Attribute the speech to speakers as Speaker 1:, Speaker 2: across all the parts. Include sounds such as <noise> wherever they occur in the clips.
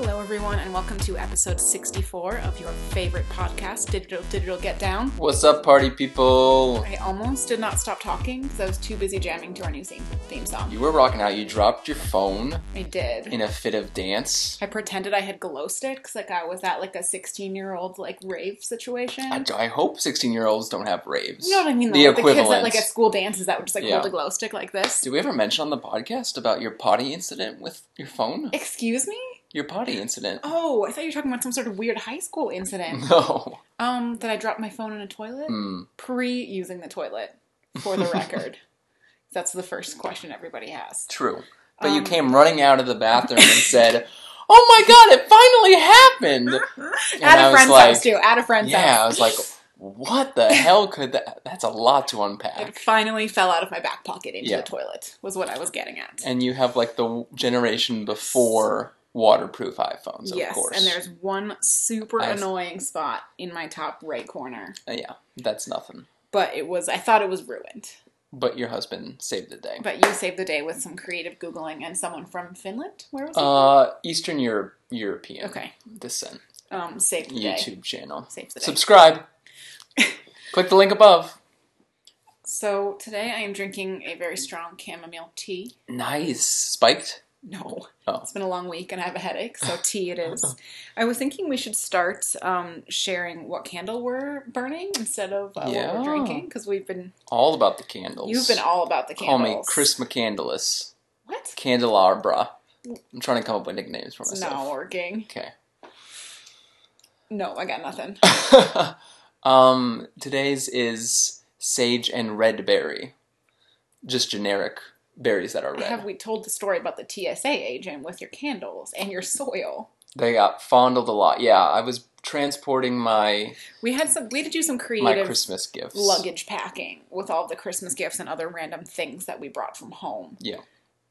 Speaker 1: Hello, everyone, and welcome to episode 64 of your favorite podcast, Digital Digital Get Down.
Speaker 2: What's up, party people?
Speaker 1: I almost did not stop talking because I was too busy jamming to our new theme, theme song.
Speaker 2: You were rocking out. You dropped your phone
Speaker 1: I did.
Speaker 2: in a fit of dance.
Speaker 1: I pretended I had glow sticks, like I was at like a 16 year old like rave situation.
Speaker 2: I, I hope 16 year olds don't have raves.
Speaker 1: you know what I mean?
Speaker 2: The
Speaker 1: though? the kids that
Speaker 2: equivalent.
Speaker 1: like at school dances that would just like
Speaker 2: Yeah.
Speaker 1: hold a glow stick like this.
Speaker 2: Did we ever mention on the podcast about your potty incident with your phone?
Speaker 1: Excuse me?
Speaker 2: Your potty incident? <laughs>
Speaker 1: Oh, I thought you were talking about some sort of weird high school incident.
Speaker 2: No.
Speaker 1: um, that I dropped my phone in a toilet.
Speaker 2: Hmm.
Speaker 1: pre using the toilet, for
Speaker 2: <laughs>
Speaker 1: the record. That's the first question everybody has.
Speaker 2: true. But you
Speaker 1: Um,
Speaker 2: came running out of the bathroom
Speaker 1: <laughs>
Speaker 2: and said, "Oh my god, it finally happened!"
Speaker 1: <laughs>
Speaker 2: And
Speaker 1: At
Speaker 2: I
Speaker 1: a
Speaker 2: was
Speaker 1: friend's
Speaker 2: like,
Speaker 1: house too. At a friend's
Speaker 2: "Yeah." I
Speaker 1: house.
Speaker 2: was like, "What the hell could that?" That's a lot
Speaker 1: <laughs>
Speaker 2: to
Speaker 1: It
Speaker 2: unpack.
Speaker 1: finally fell out of my back pocket into
Speaker 2: Yeah.
Speaker 1: the toilet. Was what I was getting at.
Speaker 2: And you have like the generation before waterproof iPhones, of
Speaker 1: yes,
Speaker 2: course.
Speaker 1: and there's one super
Speaker 2: I've-
Speaker 1: annoying spot in my top right corner,
Speaker 2: Uh, yeah, that's nothing.
Speaker 1: but it was I thought it was ruined.
Speaker 2: But your husband saved the day.
Speaker 1: But you saved the day with some creative googling and someone from Finland. Where was it?
Speaker 2: Uh, Eastern Europe, European
Speaker 1: okay,
Speaker 2: descent
Speaker 1: um, saved the day.
Speaker 2: YouTube channel.
Speaker 1: Saved the day. <laughs>
Speaker 2: Subscribe. Click the link above.
Speaker 1: so today I am drinking a very strong chamomile tea.
Speaker 2: Nice. Spiked.
Speaker 1: No.
Speaker 2: Oh.
Speaker 1: It's been a long week and I have a headache, so tea it
Speaker 2: <laughs>
Speaker 1: is. I was thinking we should start um, sharing what candle we're burning instead of uh, what
Speaker 2: Yeah.
Speaker 1: we're drinking because we've been
Speaker 2: All about the candles.
Speaker 1: you've been all about the
Speaker 2: Call
Speaker 1: candles.
Speaker 2: me Chris McCandless.
Speaker 1: What?
Speaker 2: Candelabra. I'm trying to come up with nicknames for
Speaker 1: Mm. It's
Speaker 2: myself.
Speaker 1: not working.
Speaker 2: Okay.
Speaker 1: No, I got nothing.
Speaker 2: <laughs> um, today's is sage and red berry. Just generic berries that are red.
Speaker 1: Have we told the story about the TSA agent with your candles and your soil?
Speaker 2: They got fondled a lot. Yeah, I was transporting my
Speaker 1: We had some. We did do some
Speaker 2: my
Speaker 1: creative
Speaker 2: Christmas gifts.
Speaker 1: luggage packing with all the Christmas gifts and other random things that we brought from home.
Speaker 2: Yeah.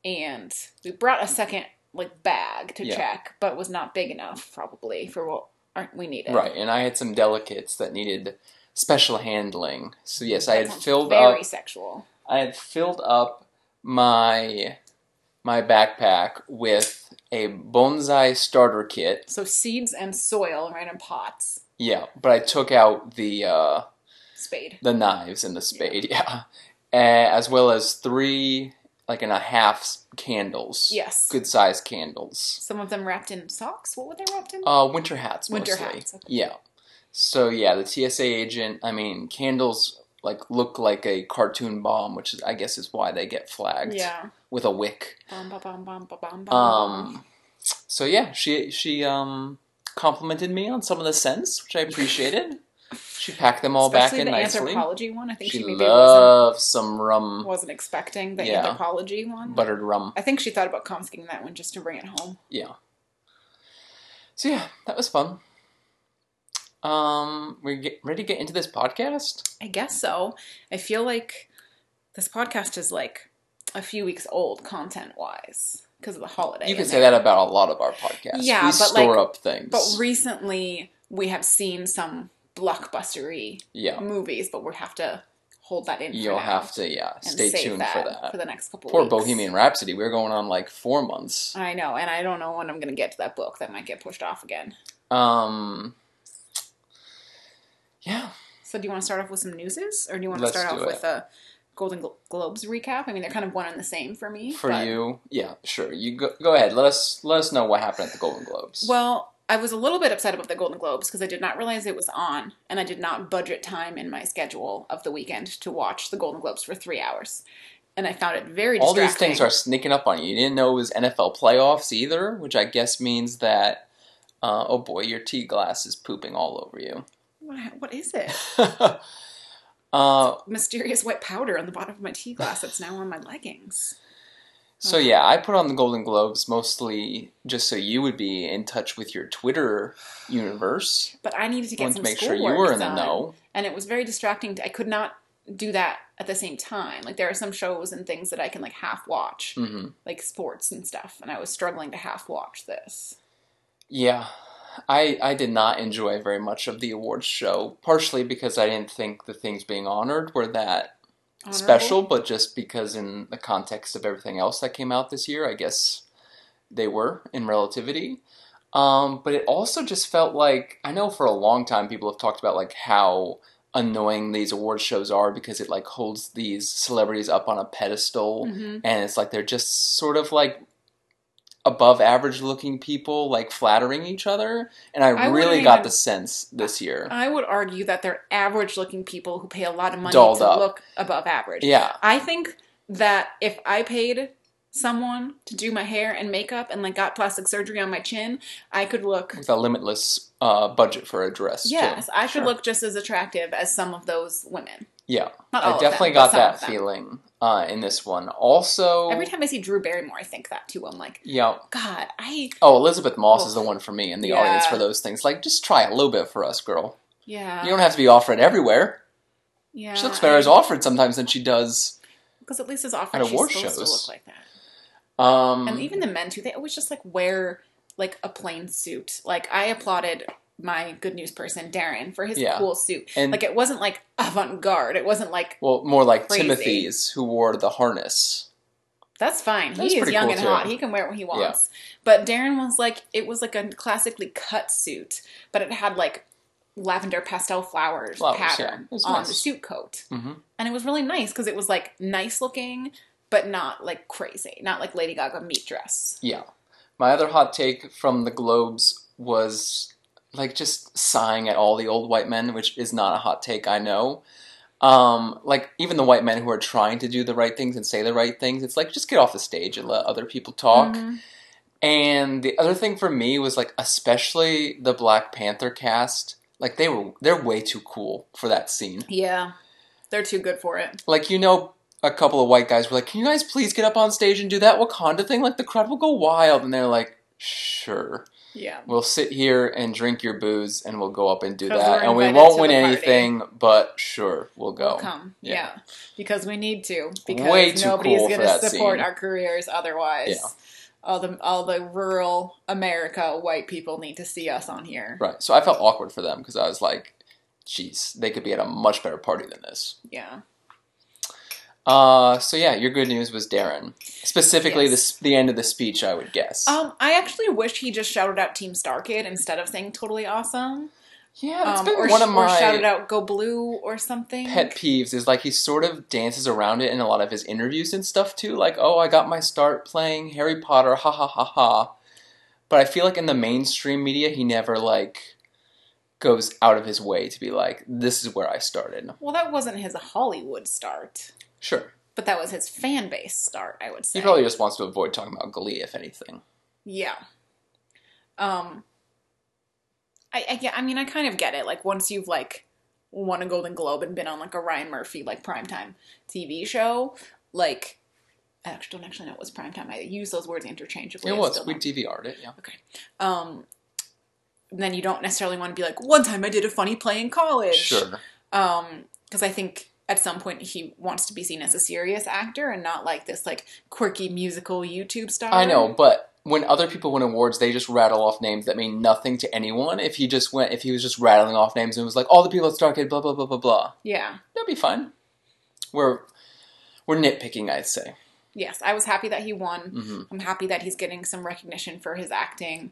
Speaker 1: and we brought a second like bag to
Speaker 2: Yeah.
Speaker 1: check, but was not big enough probably for what aren't we needed.
Speaker 2: Right, and I had some delicates that needed special handling. So yes, I
Speaker 1: That
Speaker 2: had
Speaker 1: sounds
Speaker 2: filled
Speaker 1: very
Speaker 2: up
Speaker 1: sexual.
Speaker 2: I had filled up my my backpack with a bonsai starter kit.
Speaker 1: So seeds and soil, random pots,
Speaker 2: Yeah, but I took out the uh
Speaker 1: spade.
Speaker 2: the knives and the spade, <laughs> yeah. Uh, as well as three like and a half s- candles.
Speaker 1: Yes.
Speaker 2: Good sized candles.
Speaker 1: Some of them wrapped in socks. What were they wrapped in?
Speaker 2: Uh, winter hats.
Speaker 1: Winter
Speaker 2: mostly.
Speaker 1: hats, okay.
Speaker 2: Yeah. So yeah, the TSA agent. I mean, candles like look like a cartoon bomb, which is, I guess is why they get flagged.
Speaker 1: yeah.
Speaker 2: With a wick.
Speaker 1: Bum, bum, bum, bum, bum, bum, bum.
Speaker 2: Um. So yeah, she she um complimented me on some of the scents, which I
Speaker 1: <laughs>
Speaker 2: appreciated. she packed them all
Speaker 1: Especially
Speaker 2: back in
Speaker 1: the
Speaker 2: nicely.
Speaker 1: anthropology one. I think she,
Speaker 2: She
Speaker 1: maybe wasn't,
Speaker 2: loves some rum,
Speaker 1: wasn't expecting the
Speaker 2: Yeah.
Speaker 1: anthropology one.
Speaker 2: buttered rum.
Speaker 1: I think she thought about confiscating that one just to bring it home.
Speaker 2: Yeah. So yeah, that was fun. Um, we get ready to get into this podcast.
Speaker 1: I guess so. I feel like this podcast is like a few weeks old content wise because of the holiday.
Speaker 2: You can
Speaker 1: and
Speaker 2: say that about a lot of our podcasts.
Speaker 1: Yeah,
Speaker 2: we
Speaker 1: but,
Speaker 2: store
Speaker 1: like-
Speaker 2: up things.
Speaker 1: But recently we have seen some blockbustery
Speaker 2: yeah,
Speaker 1: movies, but we have to hold that in. for
Speaker 2: you'll
Speaker 1: now
Speaker 2: have to. Yeah,
Speaker 1: and
Speaker 2: stay
Speaker 1: save
Speaker 2: tuned for that.
Speaker 1: for the next couple.
Speaker 2: Poor
Speaker 1: weeks.
Speaker 2: Bohemian Rhapsody. We were going on like four months.
Speaker 1: I know, and I don't know when I'm going to get to that book. That might get pushed off again.
Speaker 2: Um, yeah,
Speaker 1: So, do you want to start off with some newses, or do you want to
Speaker 2: Let's
Speaker 1: start off
Speaker 2: do it.
Speaker 1: with a Golden Glo- Globes recap? I mean, they're kind of one and the same for me.
Speaker 2: for
Speaker 1: but-
Speaker 2: you. Yeah, sure. You go, go ahead. Let us let us know what happened at the Golden Globes.
Speaker 1: Well, I was a little bit upset about the Golden Globes because I did not realize it was on, and I did not budget time in my schedule of the weekend to watch the Golden Globes for three hours. And I found it very
Speaker 2: all
Speaker 1: distracting.
Speaker 2: these things are sneaking up on you. You didn't know it was NFL playoffs either, which I guess means that. Uh, oh boy, your tea glass is pooping all over you. <laughs>
Speaker 1: What- what is it?
Speaker 2: uh,
Speaker 1: Mysterious white powder on the bottom of my tea glass that's now on my leggings.
Speaker 2: So
Speaker 1: Mm-hmm.
Speaker 2: yeah, I put on the Golden Globes mostly just so you would be in touch with your Twitter universe.
Speaker 1: But I needed to get
Speaker 2: Wanted
Speaker 1: some
Speaker 2: to make sure
Speaker 1: schoolwork
Speaker 2: you were in the
Speaker 1: done,
Speaker 2: know.
Speaker 1: and it was very distracting. I could not do that at the same time. Like there are some shows and things that I can like half watch,
Speaker 2: hmm
Speaker 1: like sports and stuff, and I was struggling to half watch this.
Speaker 2: Yeah. I, I did not enjoy very much of the awards show, partially because I didn't think the things being honored were that
Speaker 1: Honorable?
Speaker 2: special, but just because in the context of everything else that came out this year, I guess they were in relativity. Um, but it also just felt like I know for a long time people have talked about like how annoying these award shows are because it like holds these celebrities up on a pedestal
Speaker 1: Mhm.
Speaker 2: and it's like they're just sort of like above average looking people like flattering each other and I,
Speaker 1: I
Speaker 2: really
Speaker 1: wouldn't
Speaker 2: got
Speaker 1: even- uh,
Speaker 2: the sense this year.
Speaker 1: I would argue that they're average looking people who pay a lot of money
Speaker 2: Dolled
Speaker 1: to
Speaker 2: up.
Speaker 1: look above average.
Speaker 2: yeah.
Speaker 1: I think that if I paid someone to do my hair and makeup and like got plastic surgery on my chin, I could look
Speaker 2: With a limitless uh, budget for a dress. too.
Speaker 1: yes, I could
Speaker 2: Sure.
Speaker 1: look just as attractive as some of those women.
Speaker 2: Yeah.
Speaker 1: Oh, Not all
Speaker 2: I
Speaker 1: of
Speaker 2: definitely
Speaker 1: them, but
Speaker 2: got
Speaker 1: some
Speaker 2: that
Speaker 1: of them.
Speaker 2: feeling uh, in this one. Also,
Speaker 1: Every time I see Drew Barrymore, I think that too. I'm like,
Speaker 2: yeah.
Speaker 1: God, I
Speaker 2: Oh, Elizabeth Moss is
Speaker 1: Oof.
Speaker 2: the one for me in the
Speaker 1: Yeah.
Speaker 2: audience for those things. Like, just try a little bit for us, girl.
Speaker 1: yeah,
Speaker 2: you don't have to be Offred everywhere.
Speaker 1: yeah.
Speaker 2: She looks better as Offred sometimes than she does.
Speaker 1: because at least as
Speaker 2: at
Speaker 1: often she's
Speaker 2: award
Speaker 1: supposed to
Speaker 2: shows.
Speaker 1: look like that.
Speaker 2: Um,
Speaker 1: And even the men too, they always just like wear like a plain suit. Like I applauded my good news person Darren for his
Speaker 2: Yeah.
Speaker 1: cool suit.
Speaker 2: and
Speaker 1: Like it wasn't like avant garde. It wasn't like
Speaker 2: well, more like
Speaker 1: Crazy.
Speaker 2: Timothy's who wore the harness.
Speaker 1: that's fine.
Speaker 2: That's
Speaker 1: he is
Speaker 2: pretty
Speaker 1: young
Speaker 2: cool,
Speaker 1: and
Speaker 2: too.
Speaker 1: hot. He can wear what he wants. But Darren was like it was like a classically cut suit, but it had like lavender pastel flowers,
Speaker 2: Flowers, yeah.
Speaker 1: pattern
Speaker 2: It was
Speaker 1: on
Speaker 2: nice.
Speaker 1: the suit coat.
Speaker 2: hmm
Speaker 1: and it was really nice because it was like nice looking but not like crazy not like lady gaga meat dress
Speaker 2: Yeah. My other hot take from the Globes was like just sighing at all the old white men, which is not a hot take, I know. Um, like even the white men who are trying to do the right things and say the right things, it's like just get off the stage and let other people talk.
Speaker 1: Mhm.
Speaker 2: And the other thing for me was like especially the Black Panther cast, like they were they're way too cool for that scene.
Speaker 1: yeah they're too good for it
Speaker 2: Like you know a couple of white guys were like, "Can you guys please get up on stage and do that Wakanda thing? Like the crowd will go wild." And they're like, "Sure."
Speaker 1: yeah
Speaker 2: We'll sit here and drink your booze, and we'll go up and do
Speaker 1: 'Cause
Speaker 2: that,
Speaker 1: we're
Speaker 2: and we
Speaker 1: invited
Speaker 2: won't
Speaker 1: to
Speaker 2: win
Speaker 1: the party.
Speaker 2: anything, but sure, we'll go.
Speaker 1: We'll come yeah.
Speaker 2: Yeah.
Speaker 1: because we need to because
Speaker 2: Way too
Speaker 1: nobody's
Speaker 2: cool for
Speaker 1: gonna
Speaker 2: that
Speaker 1: support
Speaker 2: scene.
Speaker 1: our careers otherwise
Speaker 2: Yeah.
Speaker 1: all the all the rural america white people need to see us on here
Speaker 2: Right. So I felt awkward for them because I was like, "Jeez, they could be at a much better party than this."
Speaker 1: yeah
Speaker 2: Uh, so yeah, your good news was Darren,
Speaker 1: Yes.
Speaker 2: specifically the s the end of the speech. I would guess.
Speaker 1: um i actually wish he just shouted out team star kid instead of saying totally awesome
Speaker 2: yeah, that's
Speaker 1: um,
Speaker 2: been
Speaker 1: or,
Speaker 2: one of
Speaker 1: sh- or shouted
Speaker 2: my
Speaker 1: out go blue or something
Speaker 2: pet peeves. Is like he sort of dances around it in a lot of his interviews and stuff too. Like, oh, I got my start playing Harry Potter, ha ha ha ha. But I feel like in the mainstream media, he never like goes out of his way to be like, this is where I started.
Speaker 1: Well, that wasn't his Hollywood start,
Speaker 2: Sure,
Speaker 1: but that was his fan base start, I would say.
Speaker 2: he probably just wants to avoid talking about Glee, if anything.
Speaker 1: yeah. Um, I, I get- I mean, I kind of get it. Like once you've like won a Golden Globe and been on like a Ryan Murphy like primetime TV show, like actually don't actually know it was primetime. I use those words interchangeably.
Speaker 2: It
Speaker 1: I
Speaker 2: was
Speaker 1: still
Speaker 2: we
Speaker 1: don't.
Speaker 2: DVR'd it, yeah.
Speaker 1: Um, then you don't necessarily want to be like, one time I did a funny play in college.
Speaker 2: Sure,
Speaker 1: um because i think at some point he wants to be seen as a serious actor and not like this like quirky musical youtube star
Speaker 2: I know, but when other people win awards, they just rattle off names that mean nothing to anyone. If he just went, if he was just rattling off names and was like, all the people at Stargate, blah blah blah blah blah,
Speaker 1: yeah
Speaker 2: that'd be fine. We're we're nitpicking, I'd say.
Speaker 1: yes i was happy that he won
Speaker 2: hmm
Speaker 1: i'm happy that he's getting some recognition for his acting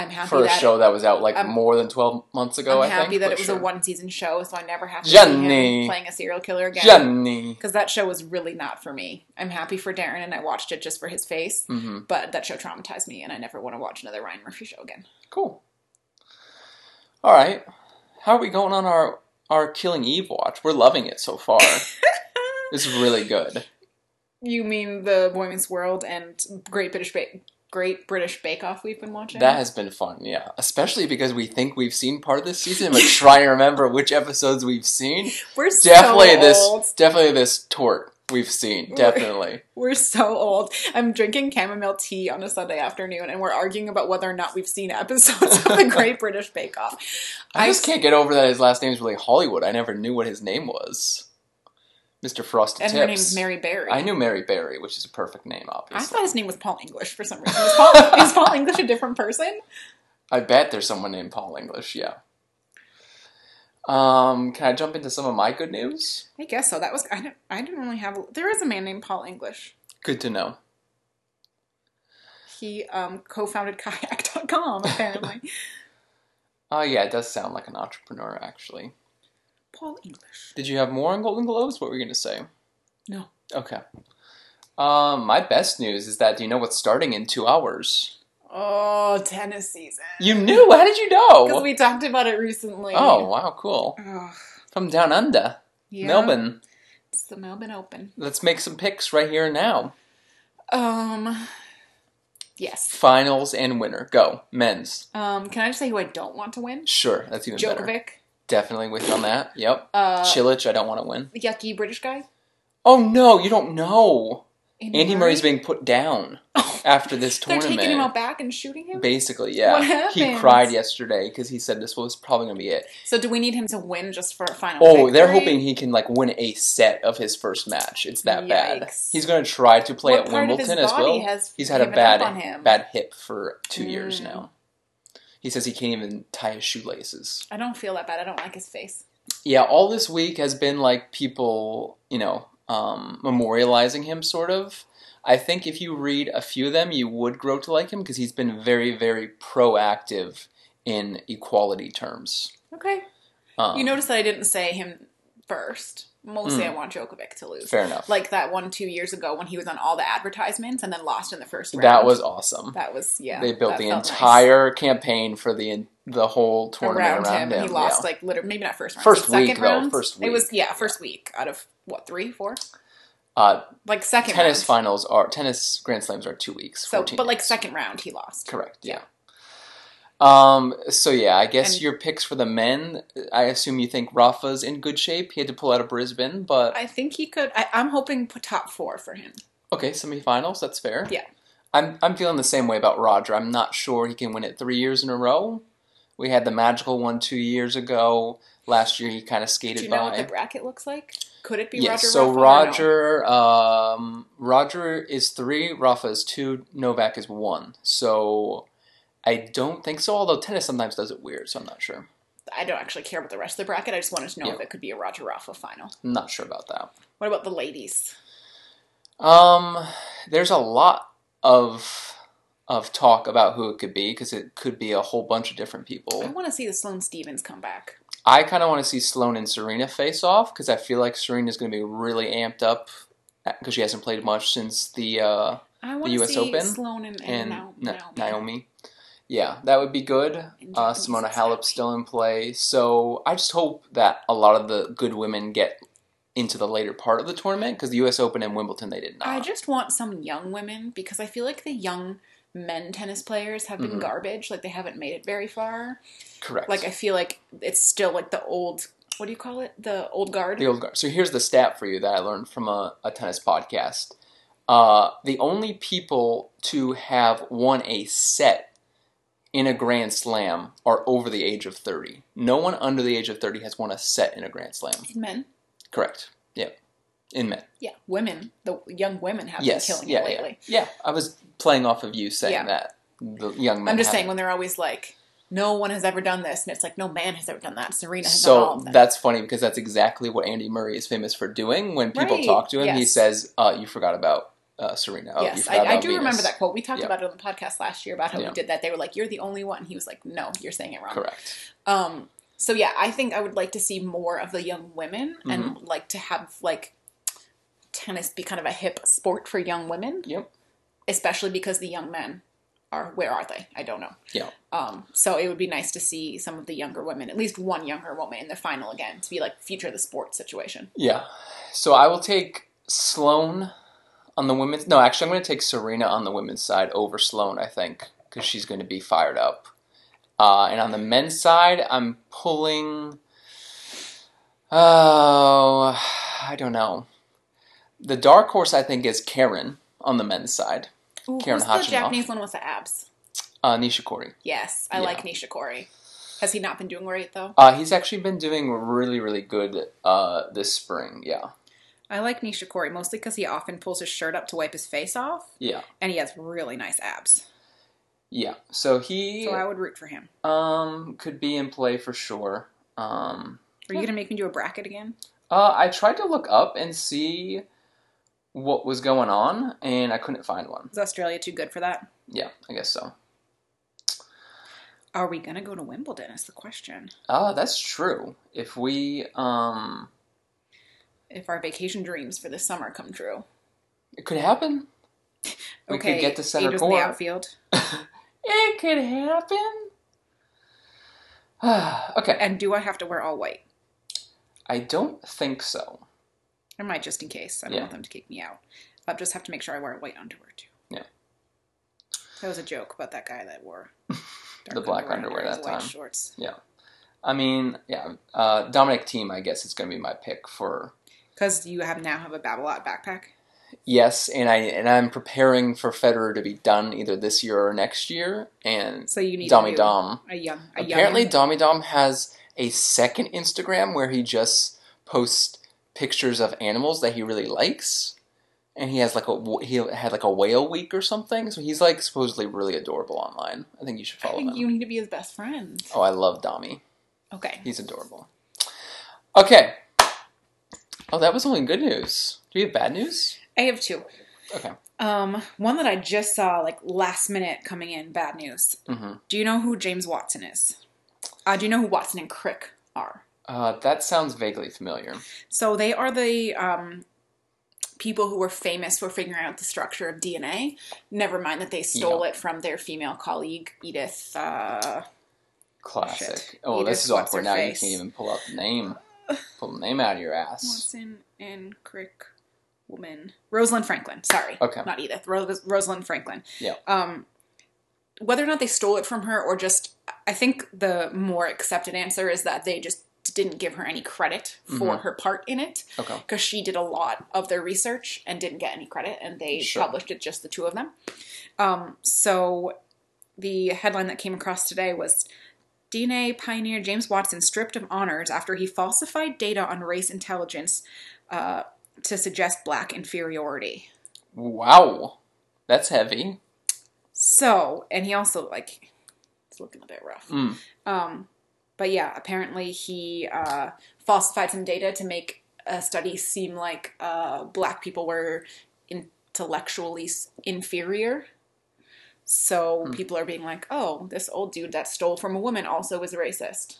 Speaker 1: i'm happy
Speaker 2: For a
Speaker 1: that
Speaker 2: show that was out like
Speaker 1: I'm-
Speaker 2: more than twelve months ago,
Speaker 1: i'm
Speaker 2: I
Speaker 1: happy
Speaker 2: think,
Speaker 1: that
Speaker 2: but
Speaker 1: it was
Speaker 2: sure.
Speaker 1: a one season show so i never have to see
Speaker 2: Jenny.
Speaker 1: him playing a serial killer again
Speaker 2: Jenny.
Speaker 1: because that show was really not for me i'm happy for darren and i watched it just for his face
Speaker 2: hmm
Speaker 1: but that show traumatized me and i never want to watch another ryan murphy show again
Speaker 2: Cool. All right. How are we going on our our Killing Eve watch? We're loving it
Speaker 1: <laughs>
Speaker 2: so far. it's really good.
Speaker 1: You mean the Boy Meets World and Great British Bake Great British Bake Off we've been watching?
Speaker 2: That has been fun, yeah. Especially because we think we've seen part of this season, but try and remember which episodes we've seen.
Speaker 1: We're <laughs> so
Speaker 2: Definitely
Speaker 1: old.
Speaker 2: this definitely this tort we've seen. Definitely.
Speaker 1: We're so old. I'm drinking chamomile tea on a Sunday afternoon, and we're arguing about whether or not we've seen episodes of the Great British Bake Off.
Speaker 2: <laughs> I just can't get over that his last name's really Hollywood. I never knew what his name was. Mr. Frosty
Speaker 1: and
Speaker 2: Tips.
Speaker 1: her name's Mary Berry.
Speaker 2: I knew Mary Berry, which is a perfect name,
Speaker 1: I
Speaker 2: obviously.
Speaker 1: thought his name was Paul English for some reason. Is Paul, is Paul English a different person?
Speaker 2: I bet there's someone named Paul English, yeah. Um, can I jump into some of my good news?
Speaker 1: I guess so. That was I didn't. I didn't really have. A, there is a man named Paul English.
Speaker 2: Good to know.
Speaker 1: He um, co-founded kayak.com apparently. <laughs>
Speaker 2: Oh, yeah, it does sound like an entrepreneur, actually.
Speaker 1: Paul English.
Speaker 2: Did you have more on Golden Globes? What were you going to say?
Speaker 1: No.
Speaker 2: Okay. Um, my best news is that do you know what's starting in two hours?
Speaker 1: Oh, tennis season.
Speaker 2: You knew? How did you
Speaker 1: Because
Speaker 2: know?
Speaker 1: we talked about it recently.
Speaker 2: oh, wow, cool.
Speaker 1: Ugh,
Speaker 2: From down under,
Speaker 1: yeah.
Speaker 2: Melbourne.
Speaker 1: It's the Melbourne Open.
Speaker 2: Let's make some picks right here and now.
Speaker 1: Um. Yes.
Speaker 2: Finals and winner. Go. Men's.
Speaker 1: Um. Can I just say who I don't want to win?
Speaker 2: Sure, that's even better.
Speaker 1: Djokovic.
Speaker 2: Definitely with you on that. Yep.
Speaker 1: Uh,
Speaker 2: Chilich, I don't want to win.
Speaker 1: the yucky British guy.
Speaker 2: Oh no, you don't know.
Speaker 1: Andy,
Speaker 2: Andy
Speaker 1: Murray? Oh, <laughs>
Speaker 2: Murray's being put down after this
Speaker 1: They're
Speaker 2: tournament.
Speaker 1: taking him out back and shooting him.
Speaker 2: Basically, yeah.
Speaker 1: What
Speaker 2: he
Speaker 1: happened?
Speaker 2: cried yesterday because he said this was probably gonna be it.
Speaker 1: So do we need him to win just for a final?
Speaker 2: Oh, they're
Speaker 1: victory?
Speaker 2: hoping he can like win a set of his first match. It's that bad.
Speaker 1: Yikes.
Speaker 2: He's gonna try to play
Speaker 1: What
Speaker 2: at
Speaker 1: part of
Speaker 2: Wimbledon
Speaker 1: his
Speaker 2: as well.
Speaker 1: body has
Speaker 2: He's had a
Speaker 1: given up
Speaker 2: bad
Speaker 1: on him?
Speaker 2: bad hip for two years
Speaker 1: Mm.
Speaker 2: now. He says he can't even tie his shoelaces.
Speaker 1: I don't feel that bad. I don't like his face.
Speaker 2: yeah, all this week has been like people, you know, um, memorializing him sort of. I think if you read a few of them, you would grow to like him because he's been very, very proactive in equality terms.
Speaker 1: Okay.
Speaker 2: Um,
Speaker 1: you notice that I didn't say him first. Mostly, I want Djokovic to lose.
Speaker 2: Hmm. fair enough.
Speaker 1: Like that one two years ago when he was on all the advertisements and then lost in the first round.
Speaker 2: that was awesome.
Speaker 1: that was yeah.
Speaker 2: they built
Speaker 1: that
Speaker 2: the
Speaker 1: felt nice.
Speaker 2: entire campaign for the the whole tournament
Speaker 1: around,
Speaker 2: around,
Speaker 1: him. He
Speaker 2: him,
Speaker 1: lost
Speaker 2: yeah.
Speaker 1: like literally maybe not first round.
Speaker 2: First
Speaker 1: but second
Speaker 2: week, though,
Speaker 1: round.
Speaker 2: first
Speaker 1: It was
Speaker 2: week.
Speaker 1: yeah first week out of what three four
Speaker 2: uh,
Speaker 1: like second
Speaker 2: tennis
Speaker 1: round.
Speaker 2: finals are tennis grand slams are two weeks.
Speaker 1: So,
Speaker 2: 14
Speaker 1: but like
Speaker 2: days.
Speaker 1: second round he lost.
Speaker 2: Correct. Yeah. Um. So yeah, I guess
Speaker 1: And-
Speaker 2: your picks for the men. I assume you think Rafa's in good shape. He had to pull out of Brisbane, but
Speaker 1: I think he could. I, I'm hoping p- top four for him.
Speaker 2: okay, semifinals. That's fair.
Speaker 1: Yeah.
Speaker 2: I'm I'm feeling the same way about Roger. I'm not sure he can win it three years in a row. We had the magical one two years ago. Last year he kind of skated
Speaker 1: Do you know
Speaker 2: by.
Speaker 1: what the bracket looks like? Could it be
Speaker 2: yes.
Speaker 1: Roger?
Speaker 2: so
Speaker 1: Rafa or no?
Speaker 2: Roger, um, Roger is three. Rafa is two. Novak is one. So I don't think so. Although tennis sometimes does it weird, so I'm not sure.
Speaker 1: I don't actually care about the rest of the bracket. I just wanted to know
Speaker 2: Yeah.
Speaker 1: if it could be a Roger Rafa final.
Speaker 2: I'm not sure about that.
Speaker 1: What about the ladies?
Speaker 2: Um, there's a lot of of talk about who it could be because it could be a whole bunch of
Speaker 1: I
Speaker 2: different people.
Speaker 1: want to see the Sloane Stevens come back.
Speaker 2: I kind of want to see Sloane and Serena face off because I feel like Serena's going to be really amped up because she hasn't played much since the uh,
Speaker 1: I want to
Speaker 2: US
Speaker 1: see
Speaker 2: Open
Speaker 1: Sloane and,
Speaker 2: and
Speaker 1: and, Nao-
Speaker 2: Na-
Speaker 1: Naomi.
Speaker 2: Naomi. Yeah, that would be good. Uh,
Speaker 1: Japanese
Speaker 2: Simona
Speaker 1: style.
Speaker 2: Halep's still in play, so I just hope that a lot of the good women get into the later part of the tournament because the U.S. Open and Wimbledon they did not.
Speaker 1: I just want some young women because I feel like the young men tennis players have been
Speaker 2: Mhm.
Speaker 1: garbage. Like they haven't made it very far.
Speaker 2: Correct.
Speaker 1: Like I feel like it's still like the old. What do you call it? The old guard.
Speaker 2: The old guard. So here's the stat for you that I learned from a, a tennis podcast. Uh, the only people to have won a set in a Grand Slam are over the age of 30. No one under the age of 30 has won a set in a Grand Slam.
Speaker 1: men.
Speaker 2: Correct. Yeah. In men.
Speaker 1: Yeah, women. The young women have
Speaker 2: Yes.
Speaker 1: been killing
Speaker 2: yeah,
Speaker 1: it
Speaker 2: yeah.
Speaker 1: lately.
Speaker 2: Yeah. I was playing off of you saying
Speaker 1: Yeah.
Speaker 2: that. The young men.
Speaker 1: I'm just
Speaker 2: haven't.
Speaker 1: saying when they're always like, no one has ever done this, and it's like, no man has ever done that. Serena has done all
Speaker 2: So
Speaker 1: of that.
Speaker 2: that's funny because that's exactly what Andy Murray is famous for doing. When people
Speaker 1: Right,
Speaker 2: talk to him, he
Speaker 1: yes.
Speaker 2: says, uh, "You forgot about uh, Serena." Oh, you
Speaker 1: yes,
Speaker 2: forgot
Speaker 1: I, I
Speaker 2: about
Speaker 1: do
Speaker 2: Venus."
Speaker 1: remember that quote. We talked
Speaker 2: Yeah.
Speaker 1: about it on the podcast last year about how
Speaker 2: Yeah.
Speaker 1: he did that. They were like, you're the only one. He was like, no, you're saying it wrong.
Speaker 2: Correct.
Speaker 1: Um, so yeah, I think I would like to see more of the young women and
Speaker 2: Mm-hmm.
Speaker 1: like to have like tennis be kind of a hip sport for young women,
Speaker 2: Yep.
Speaker 1: especially because the young men are where are they? I don't know.
Speaker 2: Yeah.
Speaker 1: Um, so it would be nice to see some of the younger women, at least one younger woman in the final again, to be like future of the sport situation.
Speaker 2: Yeah. So I will take Sloane on the women's. No, actually, I'm going to take Serena on the women's side over Sloane, I think, because she's going to be fired up. Uh, and on the men's side, I'm pulling. Oh, I don't know. The dark horse, I think, is Karen on the men's side.
Speaker 1: Ooh,
Speaker 2: Karen
Speaker 1: who's
Speaker 2: Hachinov.
Speaker 1: the Japanese one with the abs?
Speaker 2: Uh, Nishikori.
Speaker 1: Yes, I
Speaker 2: Yeah.
Speaker 1: like Nishikori. Has he not been doing great though?
Speaker 2: Uh, he's actually been doing really, really good uh, this spring. Yeah.
Speaker 1: I like Nisha Corey mostly because he often pulls his shirt up to wipe his face off,
Speaker 2: Yeah.
Speaker 1: and he has really nice abs.
Speaker 2: Yeah. So he
Speaker 1: So I would root for him.
Speaker 2: um could be in play for sure. Um
Speaker 1: Are you gonna make me do a bracket again?
Speaker 2: uh, I tried to look up and see what was going on and I couldn't find one.
Speaker 1: Is Australia too good for that?
Speaker 2: Yeah, I guess so.
Speaker 1: Are we gonna go to Wimbledon? Is the question.
Speaker 2: Oh, that's true. If we um
Speaker 1: If our vacation dreams for this summer come true,
Speaker 2: it could happen. We could get to center
Speaker 1: Angels in
Speaker 2: court.
Speaker 1: the outfield
Speaker 2: It could happen. <sighs> okay.
Speaker 1: and do I have to wear all white?
Speaker 2: I don't think so.
Speaker 1: I might just in case. I don't
Speaker 2: Yeah.
Speaker 1: want them to kick me out. I'll just have to make sure I wear white underwear too.
Speaker 2: Yeah.
Speaker 1: That was a joke about that guy that wore
Speaker 2: <laughs> The black underwear
Speaker 1: and
Speaker 2: that
Speaker 1: white
Speaker 2: time.
Speaker 1: Shorts.
Speaker 2: I mean, yeah, uh, Dominic Team, I guess, is going to be my pick for
Speaker 1: Because you have now have a Babolat backpack.
Speaker 2: yes, and I and I'm preparing for Federer to be done either this year or next year. And
Speaker 1: So you need a
Speaker 2: Dommy
Speaker 1: new-
Speaker 2: Dom,
Speaker 1: A young. A <laughs>
Speaker 2: apparently,
Speaker 1: young
Speaker 2: Dommy Dom has a second Instagram where he just posts pictures of animals that he really likes, and he has like a wh- he had like a whale week or something. So he's like supposedly really adorable online. I think you should
Speaker 1: I
Speaker 2: follow him.
Speaker 1: think you need to be his best friend.
Speaker 2: oh, I love Dommy.
Speaker 1: Okay.
Speaker 2: He's adorable. Okay. Oh, that was only good news. Do you have bad news?
Speaker 1: I have two.
Speaker 2: Okay.
Speaker 1: Um, one that I just saw like last minute coming in. Bad news.
Speaker 2: hmm
Speaker 1: Do you know who James Watson is? Uh, do you know who Watson and Crick are?
Speaker 2: Uh, that sounds vaguely familiar.
Speaker 1: So they are the um, people who were famous for figuring out the structure of DNA. Never mind that they stole it from their female colleague Edith. Uh,
Speaker 2: Classic.
Speaker 1: Shit.
Speaker 2: Oh,
Speaker 1: Edith,
Speaker 2: this is
Speaker 1: what's
Speaker 2: awkward.
Speaker 1: her
Speaker 2: Now
Speaker 1: face?
Speaker 2: you can't even pull out the name.
Speaker 1: <laughs>
Speaker 2: pull the name out of your ass.
Speaker 1: Watson and Crick woman Rosalind Franklin. Sorry,
Speaker 2: Okay.
Speaker 1: not Edith. Ros- Rosalind Franklin.
Speaker 2: Yeah.
Speaker 1: Um, whether or not they stole it from her, or just I think the more accepted answer is that they just didn't give her any credit for
Speaker 2: Mm-hmm.
Speaker 1: her part in it.
Speaker 2: Okay.
Speaker 1: because she did a lot of their research and didn't get any credit, and they
Speaker 2: Sure.
Speaker 1: published it just the two of them. Um, so the headline that came across today was DNA pioneer James Watson stripped of honors after he falsified data on race intelligence uh, to suggest black inferiority.
Speaker 2: Wow. That's heavy.
Speaker 1: So, and he also like it's looking a bit rough.
Speaker 2: Mm.
Speaker 1: Um, but yeah, apparently he uh, falsified some data to make a study seem like uh, black people were intellectually s- inferior. So
Speaker 2: Hmm.
Speaker 1: people are being like, oh, this old dude that stole from a woman also is a racist.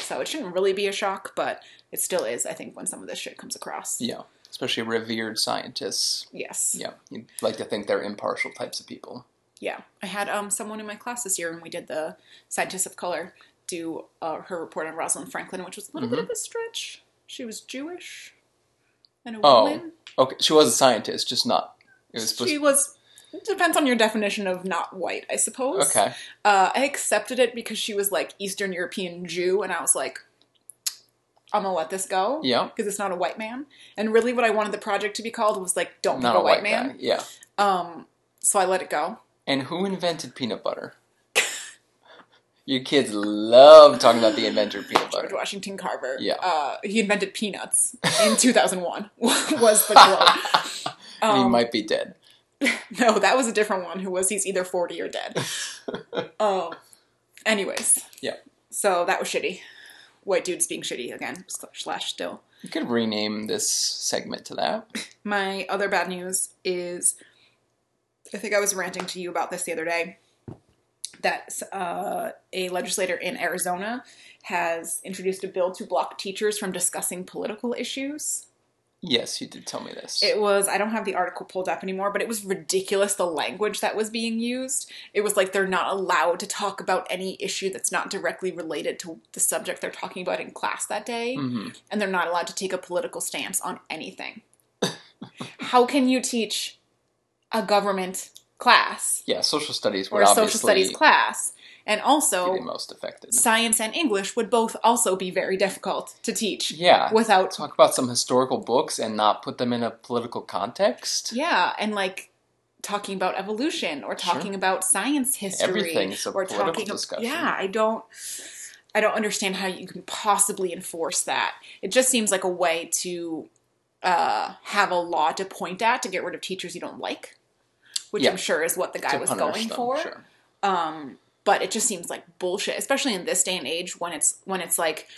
Speaker 1: So it shouldn't really be a shock, but it still is, I think, when some of this shit comes across.
Speaker 2: Yeah. Especially revered scientists.
Speaker 1: Yes.
Speaker 2: Yeah. You'd like to think they're impartial types of people.
Speaker 1: yeah i had um, someone in my class this year and we did the scientists of color do uh, her report on rosalind franklin which was a little
Speaker 2: Mm-hmm.
Speaker 1: bit of a stretch she was jewish and a
Speaker 2: Oh.
Speaker 1: woman
Speaker 2: Okay. She was a scientist, just not. It was supposed
Speaker 1: she was it depends on your definition of not white i suppose
Speaker 2: Okay.
Speaker 1: uh, i accepted it because she was like eastern european jew and i was like i'm gonna let this go
Speaker 2: Yeah.
Speaker 1: because it's not a white man and really what i wanted the project to be called was like don't
Speaker 2: Not
Speaker 1: pick
Speaker 2: a
Speaker 1: a white,
Speaker 2: white guy.
Speaker 1: man
Speaker 2: Yeah.
Speaker 1: um so i let it go
Speaker 2: And who invented peanut
Speaker 1: <laughs>
Speaker 2: butter? Your kids love talking about the inventor of peanut
Speaker 1: George
Speaker 2: butter.
Speaker 1: Washington Carver.
Speaker 2: Yeah.
Speaker 1: Uh, he invented peanuts in <laughs> 2001, was the quote.
Speaker 2: And
Speaker 1: <laughs>
Speaker 2: he
Speaker 1: Um,
Speaker 2: might be dead.
Speaker 1: No, that was a different one who was he's either 40 or dead. Oh. anyways.
Speaker 2: Yeah.
Speaker 1: So that was shitty. White dudes being shitty again, sl- slash still.
Speaker 2: You could rename this segment to that.
Speaker 1: My other bad news is I think I was ranting to you about this the other day that uh, a legislator in Arizona has introduced a bill to block teachers from discussing political issues.
Speaker 2: Yes, you did tell me this.
Speaker 1: It was, I don't have the article pulled up anymore, but it was ridiculous the language that was being used. It was like they're not allowed to talk about any issue that's not directly related to the subject they're talking about in class that day,
Speaker 2: hmm
Speaker 1: and they're not allowed to take a political stance on anything. <laughs> How can you teach a government class
Speaker 2: Yeah, social studies
Speaker 1: or
Speaker 2: would
Speaker 1: a
Speaker 2: obviously
Speaker 1: social studies class? And
Speaker 2: be
Speaker 1: also,
Speaker 2: the most affected.
Speaker 1: science and English would both also be very difficult to teach
Speaker 2: Yeah.
Speaker 1: without
Speaker 2: Talk about some historical books and not put them in a political context.
Speaker 1: Yeah, and like talking about evolution or talking about science history
Speaker 2: Everything's a
Speaker 1: or
Speaker 2: political
Speaker 1: talking
Speaker 2: discussion.
Speaker 1: Yeah, I don't I don't understand how you can possibly enforce that. It just seems like a way to uh, have a law to point at to get rid of teachers you don't like, which
Speaker 2: Yeah.
Speaker 1: I'm sure is what the guy
Speaker 2: to
Speaker 1: was
Speaker 2: punish
Speaker 1: going
Speaker 2: them,
Speaker 1: for.
Speaker 2: Sure.
Speaker 1: Um, but it just seems like bullshit, especially in this day and age when it's when it's like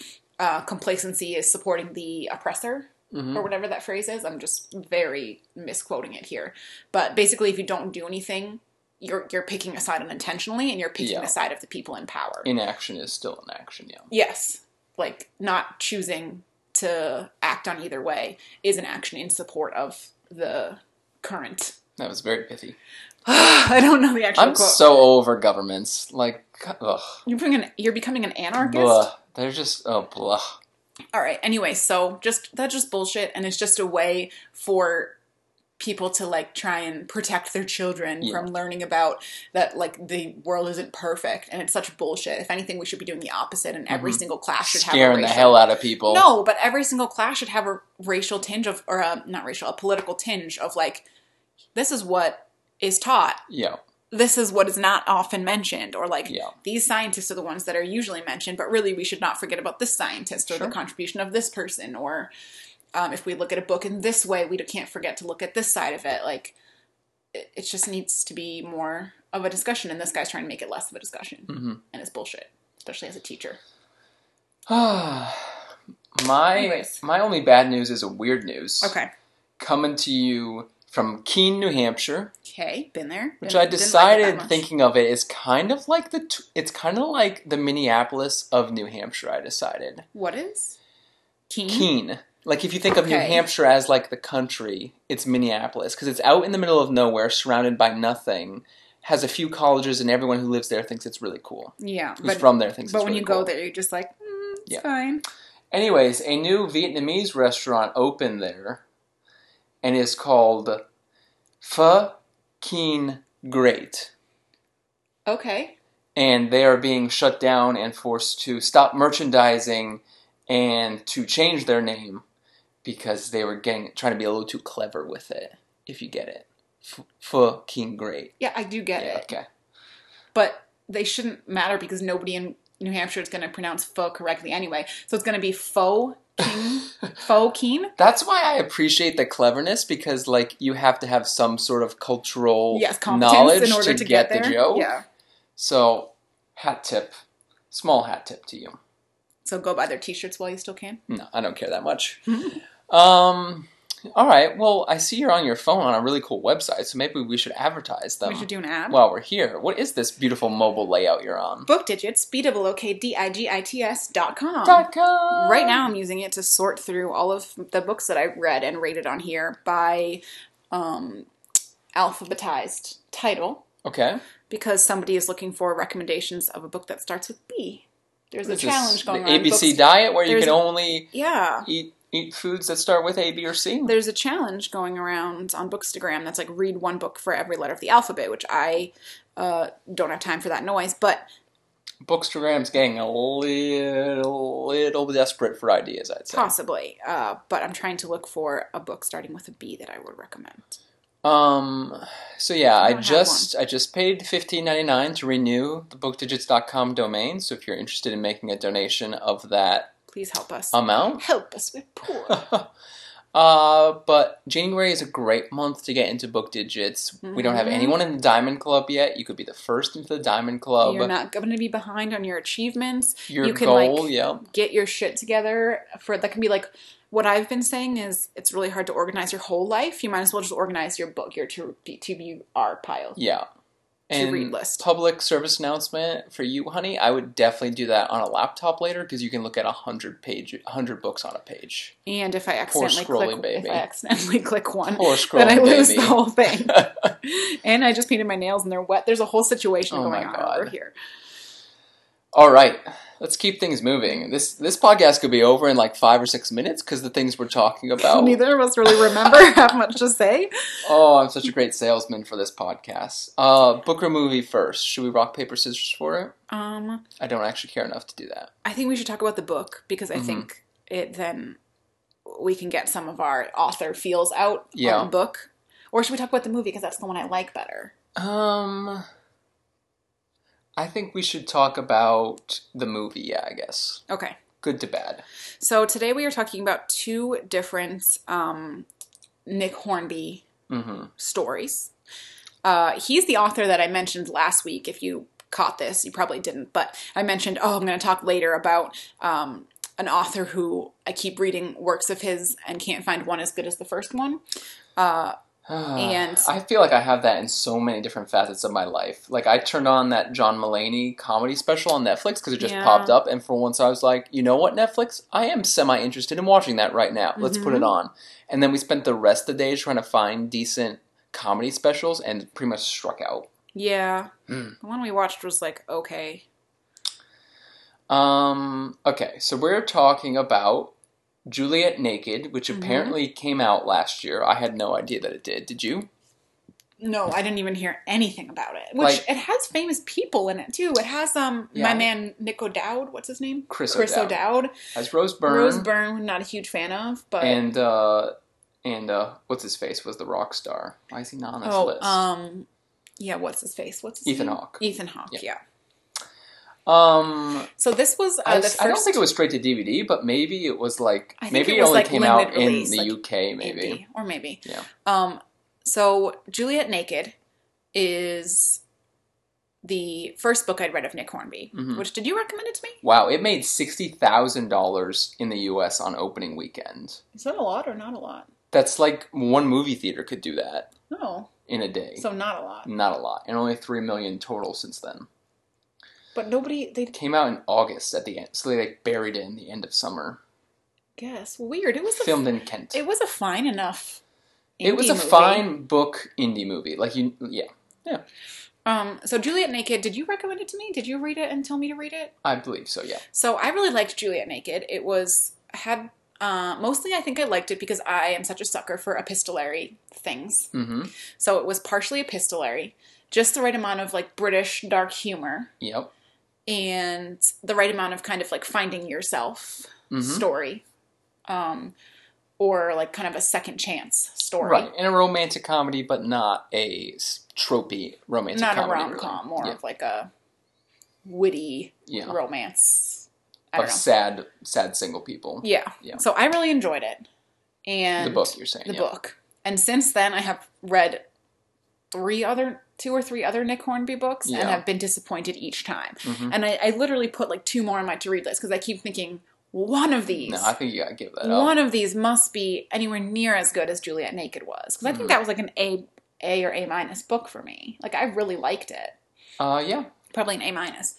Speaker 1: uh, complacency is supporting the oppressor
Speaker 2: Mhm.
Speaker 1: or whatever that phrase is. I'm just very misquoting it here. But basically, if you don't do anything, you're you're picking a side unintentionally, and you're picking
Speaker 2: Yeah.
Speaker 1: the side of the people in power.
Speaker 2: Inaction is still inaction. Yeah.
Speaker 1: yes, like not choosing to act on either way is an action in support of the current.
Speaker 2: <sighs>
Speaker 1: <sighs>
Speaker 2: That was very pithy.
Speaker 1: I don't know the actual
Speaker 2: I'm
Speaker 1: quote.
Speaker 2: so over governments. Like, ugh.
Speaker 1: you're becoming an, you're becoming an anarchist.
Speaker 2: Blah. They're just, oh, blah.
Speaker 1: All right. Anyway, so just that's just bullshit, and it's just a way for people to like try and protect their children
Speaker 2: Yeah.
Speaker 1: from learning about that like the world isn't perfect, and it's such bullshit. If anything, we should be doing the opposite, and every
Speaker 2: Mhm.
Speaker 1: single class should have a
Speaker 2: Scaring the
Speaker 1: racial-
Speaker 2: hell out of people.
Speaker 1: No, but every single class should have a racial tinge of, or a, not racial, a political tinge of like, this is what is taught.
Speaker 2: Yeah. <sighs>
Speaker 1: This is what is not often mentioned, or like,
Speaker 2: Yeah.
Speaker 1: these scientists are the ones that are usually mentioned, but really we should not forget about this scientist or
Speaker 2: Sure.
Speaker 1: the contribution of this person. Or um, if we look at a book in this way, we can't forget to look at this side of it. Like it, it just needs to be more of a discussion, and this guy's trying to make it less of a discussion,
Speaker 2: Mm-hmm.
Speaker 1: and it's bullshit, especially as a teacher.
Speaker 2: my
Speaker 1: Anyways.
Speaker 2: my only bad news is a weird news.
Speaker 1: Okay,
Speaker 2: Coming to you from Keene, New Hampshire,
Speaker 1: okay, been there.
Speaker 2: which
Speaker 1: Didn't-
Speaker 2: I
Speaker 1: didn't like it that
Speaker 2: decided
Speaker 1: much.
Speaker 2: thinking of it is kind of like the t- it's kind of like the Minneapolis of New Hampshire. I decided
Speaker 1: what is keen.
Speaker 2: Keene. Like if you think of New
Speaker 1: Mm-hmm. Okay.
Speaker 2: Hampshire as like the country, it's Minneapolis because it's out in the middle of nowhere, surrounded by nothing, has a few colleges, and everyone who lives there thinks it's really cool.
Speaker 1: Yeah,
Speaker 2: Who's
Speaker 1: but
Speaker 2: from there thinks.
Speaker 1: but
Speaker 2: it's
Speaker 1: when
Speaker 2: really
Speaker 1: you
Speaker 2: cool.
Speaker 1: go there, you're just like, mm, it's
Speaker 2: Yeah.
Speaker 1: fine.
Speaker 2: Anyways, a new Vietnamese restaurant opened there and is called Pho Keen Great.
Speaker 1: Okay,
Speaker 2: And they are being shut down and forced to stop merchandising and to change their name because they were getting trying to be a little too clever with it, if you get it. Ph- Pho Keen Great.
Speaker 1: yeah, I do get
Speaker 2: Yeah,
Speaker 1: it.
Speaker 2: okay.
Speaker 1: but they shouldn't matter because nobody in New Hampshire is going to pronounce "fo" correctly anyway. So it's going to be "fo
Speaker 2: <laughs>
Speaker 1: king, fo keen.
Speaker 2: That's why I appreciate the cleverness because, like, you have to have some sort of cultural
Speaker 1: Yes, competence
Speaker 2: knowledge
Speaker 1: in order
Speaker 2: to,
Speaker 1: to,
Speaker 2: get,
Speaker 1: there.
Speaker 2: the joke.
Speaker 1: Yeah.
Speaker 2: So, hat tip, small hat tip to you.
Speaker 1: So go buy their T-shirts while you still can.
Speaker 2: No, I don't care that much.
Speaker 1: Mm-hmm.
Speaker 2: um, all right. Well, I see you're on your phone on a really cool website, so maybe we should advertise them
Speaker 1: we should do an ad.
Speaker 2: while we're here. What is this beautiful mobile layout you're on?
Speaker 1: Book digits, b double o k d i g i t s dot com.
Speaker 2: Dot com.
Speaker 1: Right now, I'm using it to sort through all of the books that I read and rated on here by um, alphabetized title.
Speaker 2: Okay.
Speaker 1: because somebody is looking for recommendations of a book that starts with B. There's a
Speaker 2: This is
Speaker 1: challenge going
Speaker 2: the
Speaker 1: on.
Speaker 2: ABC
Speaker 1: Books-
Speaker 2: diet where you
Speaker 1: There's
Speaker 2: can
Speaker 1: a-
Speaker 2: only
Speaker 1: yeah.
Speaker 2: eat eat foods that start with A, B, or C.
Speaker 1: There's a challenge going around on Bookstagram that's like read one book for every letter of the alphabet, which I uh, don't have time for that noise, but
Speaker 2: Bookstagram's getting a little little desperate for ideas. I'd say.
Speaker 1: possibly. Uh, but I'm trying to look for a book starting with a B that I would recommend.
Speaker 2: Um. So yeah,
Speaker 1: I
Speaker 2: I
Speaker 1: don't have
Speaker 2: just I just paid fifteen ninety nine to renew the bookdigits.com domain. So if you're interested in making a donation of that
Speaker 1: Please help us.
Speaker 2: amount,
Speaker 1: help us. We're
Speaker 2: <laughs>
Speaker 1: poor.
Speaker 2: uh, but January is a great month to get into Book Digits. We don't have
Speaker 1: Mhm.
Speaker 2: anyone in the Diamond Club yet. You could be the first into the Diamond Club.
Speaker 1: You're not going to be behind on your achievements.
Speaker 2: Your
Speaker 1: you can,
Speaker 2: goal,
Speaker 1: like,
Speaker 2: yeah.
Speaker 1: get your shit together for that can be like what I've been saying is it's really hard to organize your whole life. You might as well just organize your book, your to TBR pile.
Speaker 2: Yeah.
Speaker 1: To
Speaker 2: And
Speaker 1: read list.
Speaker 2: public service announcement for you, honey. I would definitely do that on a laptop later because you can look at a hundred page, hundred books on a page.
Speaker 1: And if I accidentally
Speaker 2: scrolling
Speaker 1: click,
Speaker 2: baby.
Speaker 1: if I accidentally <laughs> click one,
Speaker 2: Poor
Speaker 1: then I
Speaker 2: scrolling
Speaker 1: lose
Speaker 2: baby.
Speaker 1: the whole
Speaker 2: <laughs>
Speaker 1: thing. and I just painted my nails and they're wet. There's a whole situation
Speaker 2: Oh my
Speaker 1: going on over
Speaker 2: God.
Speaker 1: here.
Speaker 2: All right, let's keep things moving. This this podcast could be over in like five or six minutes because the things we're talking
Speaker 1: <laughs>
Speaker 2: about.
Speaker 1: Neither of us really remember <laughs> have much to say.
Speaker 2: Oh, I'm such a great salesman for this podcast. Uh, book or movie first? Should we rock paper scissors for it?
Speaker 1: Um,
Speaker 2: I don't actually care enough to do that.
Speaker 1: I think we should talk about the book because I
Speaker 2: Mhm.
Speaker 1: think it then we can get some of our author feels out
Speaker 2: Yeah.
Speaker 1: on the book. Or should we talk about the movie because that's the one I like better?
Speaker 2: Um, I think we should talk about the movie. Yeah, I guess
Speaker 1: Okay.
Speaker 2: good to bad.
Speaker 1: So today we are talking about two different um, Nick Hornby
Speaker 2: hmm
Speaker 1: stories. Uh, he's the author that I mentioned last week. If you caught this, you probably didn't, but I mentioned, oh, I'm going to talk later about um, an author who I keep reading works of his and can't find one as good as the first one. Uh, And-
Speaker 2: <sighs> I feel like I have that in so many different facets of my life. Like I turned on that John Mulaney comedy special on Netflix because it just
Speaker 1: Yeah.
Speaker 2: popped up, and for once I was like, you know what, Netflix, I am semi interested in watching that right now. Let's
Speaker 1: Mm-hmm.
Speaker 2: put it on. And then we spent the rest of the day trying to find decent comedy specials, and pretty much struck out.
Speaker 1: yeah,
Speaker 2: Hmm.
Speaker 1: the one we watched was like okay.
Speaker 2: Um. Okay, so we're talking about Juliet Naked, which
Speaker 1: Mhm.
Speaker 2: apparently came out last year. I had no idea that it did. Did you?
Speaker 1: No, I didn't even hear anything about it. Which
Speaker 2: Like-
Speaker 1: it has famous people in it too. It has um
Speaker 2: Yeah.
Speaker 1: my man Nick O'Dowd. What's his name?
Speaker 2: Chris O'Dowd.
Speaker 1: O'Dowd.
Speaker 2: As Rose Byrne.
Speaker 1: Rose Byrne, not a huge fan of, but
Speaker 2: and uh and uh what's his face was the rock star why is he not on this
Speaker 1: oh,
Speaker 2: list
Speaker 1: um, yeah. What's his face? What's his
Speaker 2: Ethan
Speaker 1: name?
Speaker 2: Hawke.
Speaker 1: Ethan Hawke.
Speaker 2: Yeah.
Speaker 1: Yeah.
Speaker 2: um
Speaker 1: So this was uh,
Speaker 2: I,
Speaker 1: the first.
Speaker 2: I don't think it was straight to dvd but maybe it was like
Speaker 1: I think
Speaker 2: maybe
Speaker 1: it
Speaker 2: it,
Speaker 1: was,
Speaker 2: only
Speaker 1: like,
Speaker 2: came out
Speaker 1: limited release,
Speaker 2: in the
Speaker 1: like,
Speaker 2: uk maybe
Speaker 1: indie, or maybe.
Speaker 2: Yeah.
Speaker 1: Um. So Juliet Naked is the first book I'd read of Nick Hornby.
Speaker 2: Mhm.
Speaker 1: Which did you recommend it to me?
Speaker 2: wow it made $60000 in the us on opening weekend
Speaker 1: Is that a lot or not a lot?
Speaker 2: that's like one movie theater could do that
Speaker 1: No.
Speaker 2: in a day
Speaker 1: Oh, So not a lot.
Speaker 2: not a lot and only 3 million total since then
Speaker 1: But nobody they
Speaker 2: it came out in august at the end so they like buried it in the end of summer
Speaker 1: guess weird. It was a,
Speaker 2: filmed in kent
Speaker 1: It was a fine enough.
Speaker 2: it was
Speaker 1: indie
Speaker 2: a
Speaker 1: movie.
Speaker 2: fine book indie movie like you yeah
Speaker 1: Um, so Juliet Naked, did you recommend it to me? Did you read it and tell me to read it?
Speaker 2: I believe so, yeah.
Speaker 1: So I really liked Juliet Naked. It was had uh, mostly I think I liked it because I am such a sucker for epistolary things.
Speaker 2: Mm-hmm.
Speaker 1: So it was partially epistolary, just the right amount of like British dark humor
Speaker 2: Yep.
Speaker 1: and the right amount of kind of like finding yourself
Speaker 2: hmm
Speaker 1: story, um, or like kind of a second chance story.
Speaker 2: Right. In a romantic comedy, but not a s- tropey romantic
Speaker 1: Not a
Speaker 2: comedy.
Speaker 1: rom com,
Speaker 2: really.
Speaker 1: more of like a witty
Speaker 2: Yeah. yeah.
Speaker 1: romance. I
Speaker 2: Of
Speaker 1: don't know.
Speaker 2: sad, sad single people.
Speaker 1: Yeah.
Speaker 2: Yeah.
Speaker 1: So I really enjoyed it. And
Speaker 2: the book, you're saying.
Speaker 1: The
Speaker 2: yeah.
Speaker 1: book. And since then I have read three other two or three other Nick Hornby books
Speaker 2: Yeah.
Speaker 1: and have been disappointed each time.
Speaker 2: Mhm.
Speaker 1: And I, I literally put like two more on my to read list because I keep thinking one of these
Speaker 2: No, I think you gotta give that up.
Speaker 1: one of these must be anywhere near as good as Juliet Naked was. Because I
Speaker 2: Mhm.
Speaker 1: think that was like an A A or A minus book for me. Like I really liked it.
Speaker 2: Uh, yeah.
Speaker 1: Probably an A minus.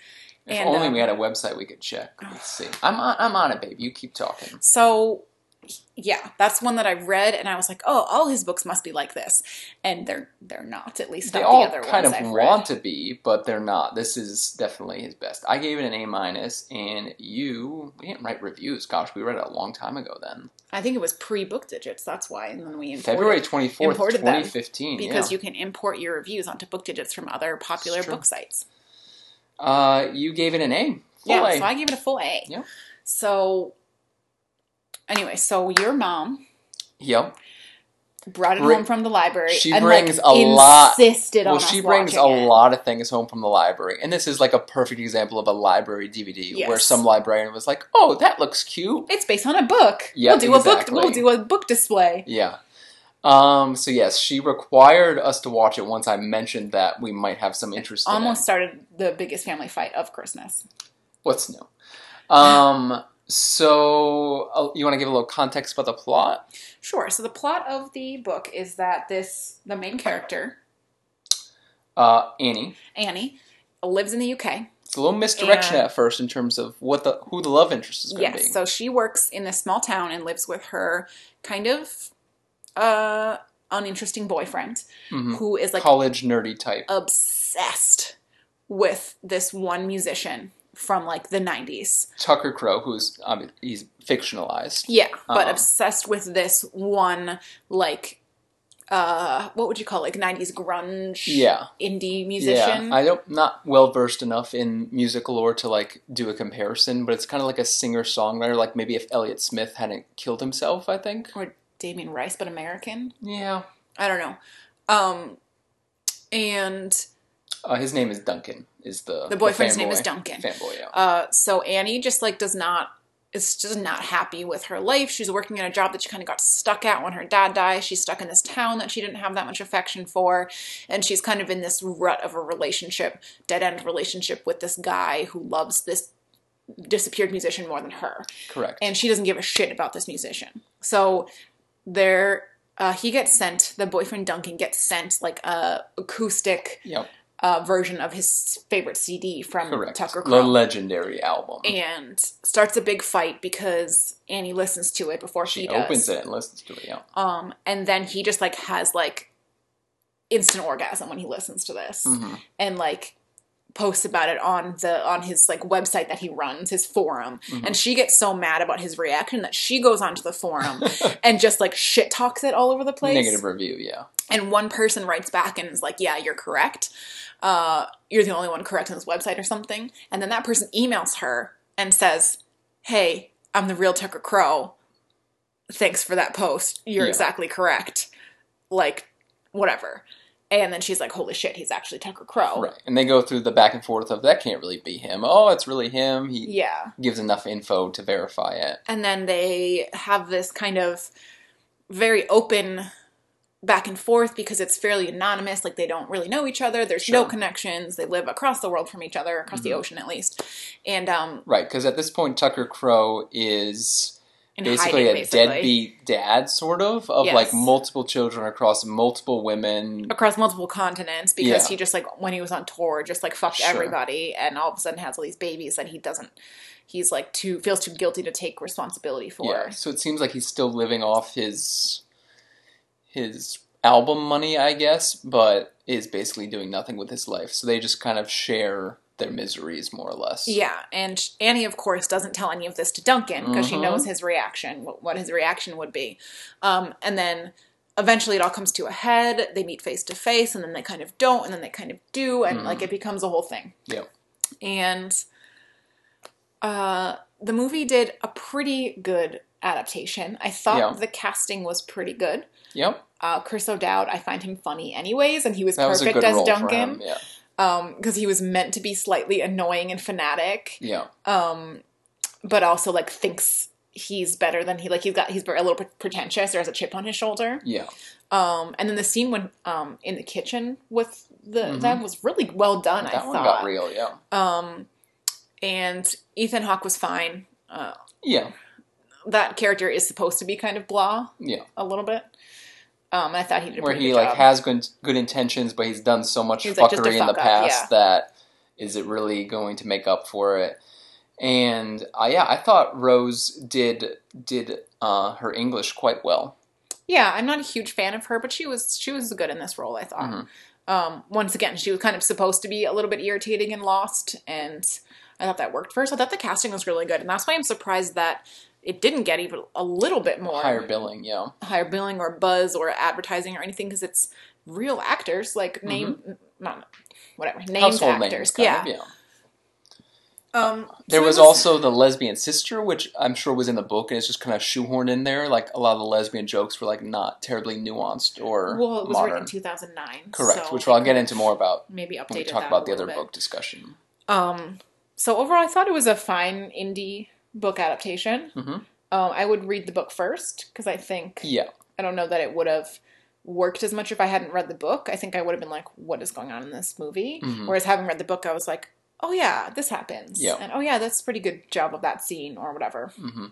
Speaker 2: If
Speaker 1: And,
Speaker 2: only
Speaker 1: um,
Speaker 2: we had a website we could check.
Speaker 1: <sighs>
Speaker 2: Let's see. I'm on, I'm on it, babe. You keep talking.
Speaker 1: So, yeah, that's one that I read, and I was like, oh, all his books must be like this, and they're they're not. At least
Speaker 2: They
Speaker 1: not
Speaker 2: all
Speaker 1: the other
Speaker 2: kind of
Speaker 1: ones I've
Speaker 2: want
Speaker 1: read.
Speaker 2: to be, but they're not. This is definitely his best. I gave it an A minus, and you we didn't write reviews. Gosh, we read it a long time ago then.
Speaker 1: I think it was pre book digits. That's why, and then we imported
Speaker 2: February 24th,
Speaker 1: imported them
Speaker 2: 2015.
Speaker 1: because
Speaker 2: yeah.
Speaker 1: you can import your reviews onto book digits from other popular
Speaker 2: It's true.
Speaker 1: book sites.
Speaker 2: you, uh, you gave it an A. Full
Speaker 1: yeah,
Speaker 2: A.
Speaker 1: so I gave it a full A.
Speaker 2: Yeah.
Speaker 1: So, anyway, so your mom
Speaker 2: Yep.
Speaker 1: brought it
Speaker 2: Bri-
Speaker 1: home from the library.
Speaker 2: she
Speaker 1: and,
Speaker 2: brings
Speaker 1: like,
Speaker 2: a lot-
Speaker 1: Insisted on
Speaker 2: Well,
Speaker 1: us
Speaker 2: she brings a
Speaker 1: watching it.
Speaker 2: lot of things home from the library. And this is like a perfect example of a library DVD where
Speaker 1: Yes.
Speaker 2: some librarian was like, oh, that looks cute.
Speaker 1: It's based on a book.
Speaker 2: Yeah,
Speaker 1: we'll do
Speaker 2: exactly.
Speaker 1: a book. We'll do a book display.
Speaker 2: Yeah. Um, so, yes, she required us to watch it once I mentioned that we might have some interest
Speaker 1: almost
Speaker 2: in it.
Speaker 1: started the biggest family fight of Christmas.
Speaker 2: What's new? Um, so, uh, you want to give a little context about the plot?
Speaker 1: Sure. So the plot of the book is that this the main character
Speaker 2: Uh, Annie.
Speaker 1: Annie lives in the UK.
Speaker 2: It's a little misdirection
Speaker 1: And-
Speaker 2: at first in terms of what the who the love interest is going to
Speaker 1: Yes.
Speaker 2: be.
Speaker 1: So she works in this small town and lives with her kind of uh uninteresting boyfriend
Speaker 2: Mhm.
Speaker 1: who is like
Speaker 2: College nerdy type.
Speaker 1: obsessed with this one musician from like the 90s.
Speaker 2: Tucker Crow, who's um, he's fictionalized.
Speaker 1: Yeah, but
Speaker 2: Uh-huh.
Speaker 1: obsessed with this one like uh what would you call it? like 90s grunge
Speaker 2: Yeah,
Speaker 1: indie musician.
Speaker 2: yeah. I don't not well versed enough in music lore to like do a comparison, but it's kind of like a singer songwriter. Like maybe if Elliott Smith hadn't killed himself, I think.
Speaker 1: or Damien Rice, but American.
Speaker 2: Yeah,
Speaker 1: I don't know. Um, and
Speaker 2: uh, his name is Duncan. Is the
Speaker 1: the boyfriend's name is
Speaker 2: fanboy.
Speaker 1: Duncan.
Speaker 2: Fanboy. Yeah.
Speaker 1: Uh, so Annie just like does not is just not happy with her life. She's working in a job that she kind of got stuck at when her dad died. She's stuck in this town that she didn't have that much affection for. And she's kind of in this rut of a relationship, dead end relationship with this guy who loves this disappeared musician more than her.
Speaker 2: Correct.
Speaker 1: And she doesn't give a shit about this musician. So there, uh, he gets sent, the boyfriend Duncan gets sent like a acoustic
Speaker 2: yep.
Speaker 1: uh, version of his favorite CD from
Speaker 2: Correct.
Speaker 1: Tucker
Speaker 2: the
Speaker 1: Carlson
Speaker 2: legendary album.
Speaker 1: and starts a big fight because Annie listens to it before she,
Speaker 2: she
Speaker 1: does.
Speaker 2: opens it and listens to it. Yeah.
Speaker 1: Um, and then he just like has like instant orgasm when he listens to this,
Speaker 2: hmm
Speaker 1: and like posts about it on the on his like website that he runs his forum
Speaker 2: Mhm.
Speaker 1: and she gets so mad about his reaction that she goes onto the
Speaker 2: <laughs>
Speaker 1: forum and just like shit talks it all over the place
Speaker 2: Negative review. Yeah.
Speaker 1: and one person writes back and is like yeah you're correct uh, you're the only one correct on this website or something and then that person emails her and says hey i'm the real tucker crow thanks for that post you're
Speaker 2: Yeah.
Speaker 1: exactly correct like whatever and then she's like holy shit he's actually tucker crow
Speaker 2: Right. And they go through the back and forth of that can't really be him. Oh, it's really him. He
Speaker 1: yeah
Speaker 2: gives enough info to verify it.
Speaker 1: and then they have this kind of very open back and forth because it's fairly anonymous like they don't really know each other there's no
Speaker 2: Sure.
Speaker 1: connections they live across the world from each other across the
Speaker 2: Mhm.
Speaker 1: ocean at least and um
Speaker 2: Right. Because at this point, Tucker Crow is
Speaker 1: in
Speaker 2: basically
Speaker 1: hiding,
Speaker 2: a deadbeat dad, sort of, of
Speaker 1: Yes.
Speaker 2: like multiple children across multiple women.
Speaker 1: across multiple continents because
Speaker 2: Yeah.
Speaker 1: he just like when he was on tour just like fucked
Speaker 2: Sure.
Speaker 1: everybody and all of a sudden has all these babies that he doesn't he's like too feels too guilty to take responsibility for
Speaker 2: Yeah. So it seems like he's still living off his his album money, I guess, but is basically doing nothing with his life. So they just kind of share their miseries more or less.
Speaker 1: Yeah, and sh- Annie, of course, doesn't tell any of this to Duncan because she
Speaker 2: Mhm.
Speaker 1: knows his reaction, wh- what his reaction would be. Um, and then eventually it all comes to a head. They meet face to face, and then they kind of don't, and then they kind of do, and
Speaker 2: Mm-hmm.
Speaker 1: like it becomes a whole thing.
Speaker 2: Yep.
Speaker 1: And uh, the movie did a pretty good adaptation. I thought
Speaker 2: Yeah.
Speaker 1: the casting was pretty good.
Speaker 2: Yep.
Speaker 1: Uh, Chris O'Dowd, I find him funny anyways, and he was
Speaker 2: That was a
Speaker 1: perfect
Speaker 2: good
Speaker 1: as
Speaker 2: role for him.
Speaker 1: Duncan
Speaker 2: Yeah.
Speaker 1: because he was meant to be slightly annoying and fanatic
Speaker 2: Yeah.
Speaker 1: um but also like thinks he's better than he like he's got he's a little pre- pretentious or has a chip on his shoulder
Speaker 2: Yeah.
Speaker 1: um and then the scene when um in the kitchen with the
Speaker 2: Mhm.
Speaker 1: that was really well done i
Speaker 2: that one got
Speaker 1: thought
Speaker 2: real. Yeah.
Speaker 1: um and ethan hawke was fine uh
Speaker 2: Yeah.
Speaker 1: that character is supposed to be kind of blah
Speaker 2: Yeah.
Speaker 1: a little bit um and i thought he did a
Speaker 2: where
Speaker 1: pretty
Speaker 2: he
Speaker 1: good
Speaker 2: like
Speaker 1: job.
Speaker 2: has good good intentions, but he's done so much
Speaker 1: He's,
Speaker 2: fuckery
Speaker 1: like, just a
Speaker 2: in the
Speaker 1: fuck up,
Speaker 2: past
Speaker 1: yeah.
Speaker 2: that is it really going to make up for it? And uh, yeah, I thought Rose did did uh, her English quite well.
Speaker 1: yeah i'm not a huge fan of her but she was she was good in this role i thought
Speaker 2: Mhm.
Speaker 1: um, once again, she was kind of supposed to be a little bit irritating and lost, and I thought that worked for her. So I thought the casting was really good, and that's why I'm surprised that it didn't get even a little bit more
Speaker 2: Higher billing, yeah,
Speaker 1: higher billing or buzz or advertising or anything because it's real actors, like name, not whatever, named
Speaker 2: Mm-hmm. household names,
Speaker 1: actors.
Speaker 2: kind
Speaker 1: yeah.
Speaker 2: of, yeah.
Speaker 1: Um,
Speaker 2: There
Speaker 1: so it
Speaker 2: was also the lesbian sister, which I'm sure was in the book, and it's just kind of shoehorned in there. Like a lot of the lesbian jokes were like not terribly nuanced or
Speaker 1: well, it was
Speaker 2: modern.
Speaker 1: written in 2009.
Speaker 2: Correct,
Speaker 1: so
Speaker 2: which I'll get into more about
Speaker 1: maybe updated
Speaker 2: when we talk
Speaker 1: that
Speaker 2: about
Speaker 1: a
Speaker 2: the other
Speaker 1: little bit.
Speaker 2: book discussion.
Speaker 1: Um, so overall, I thought it was a fine indie book adaptation.
Speaker 2: Mhm.
Speaker 1: Um, I would read the book first because I think
Speaker 2: Yeah,
Speaker 1: I don't know that it would have worked as much if I hadn't read the book. I think I would have been like, "What is going on in this movie?"
Speaker 2: Mhm.
Speaker 1: Whereas having read the book, I was like, "Oh yeah, this happens,"
Speaker 2: Yeah.
Speaker 1: and "Oh yeah, that's a pretty good job of that scene or whatever."
Speaker 2: hmm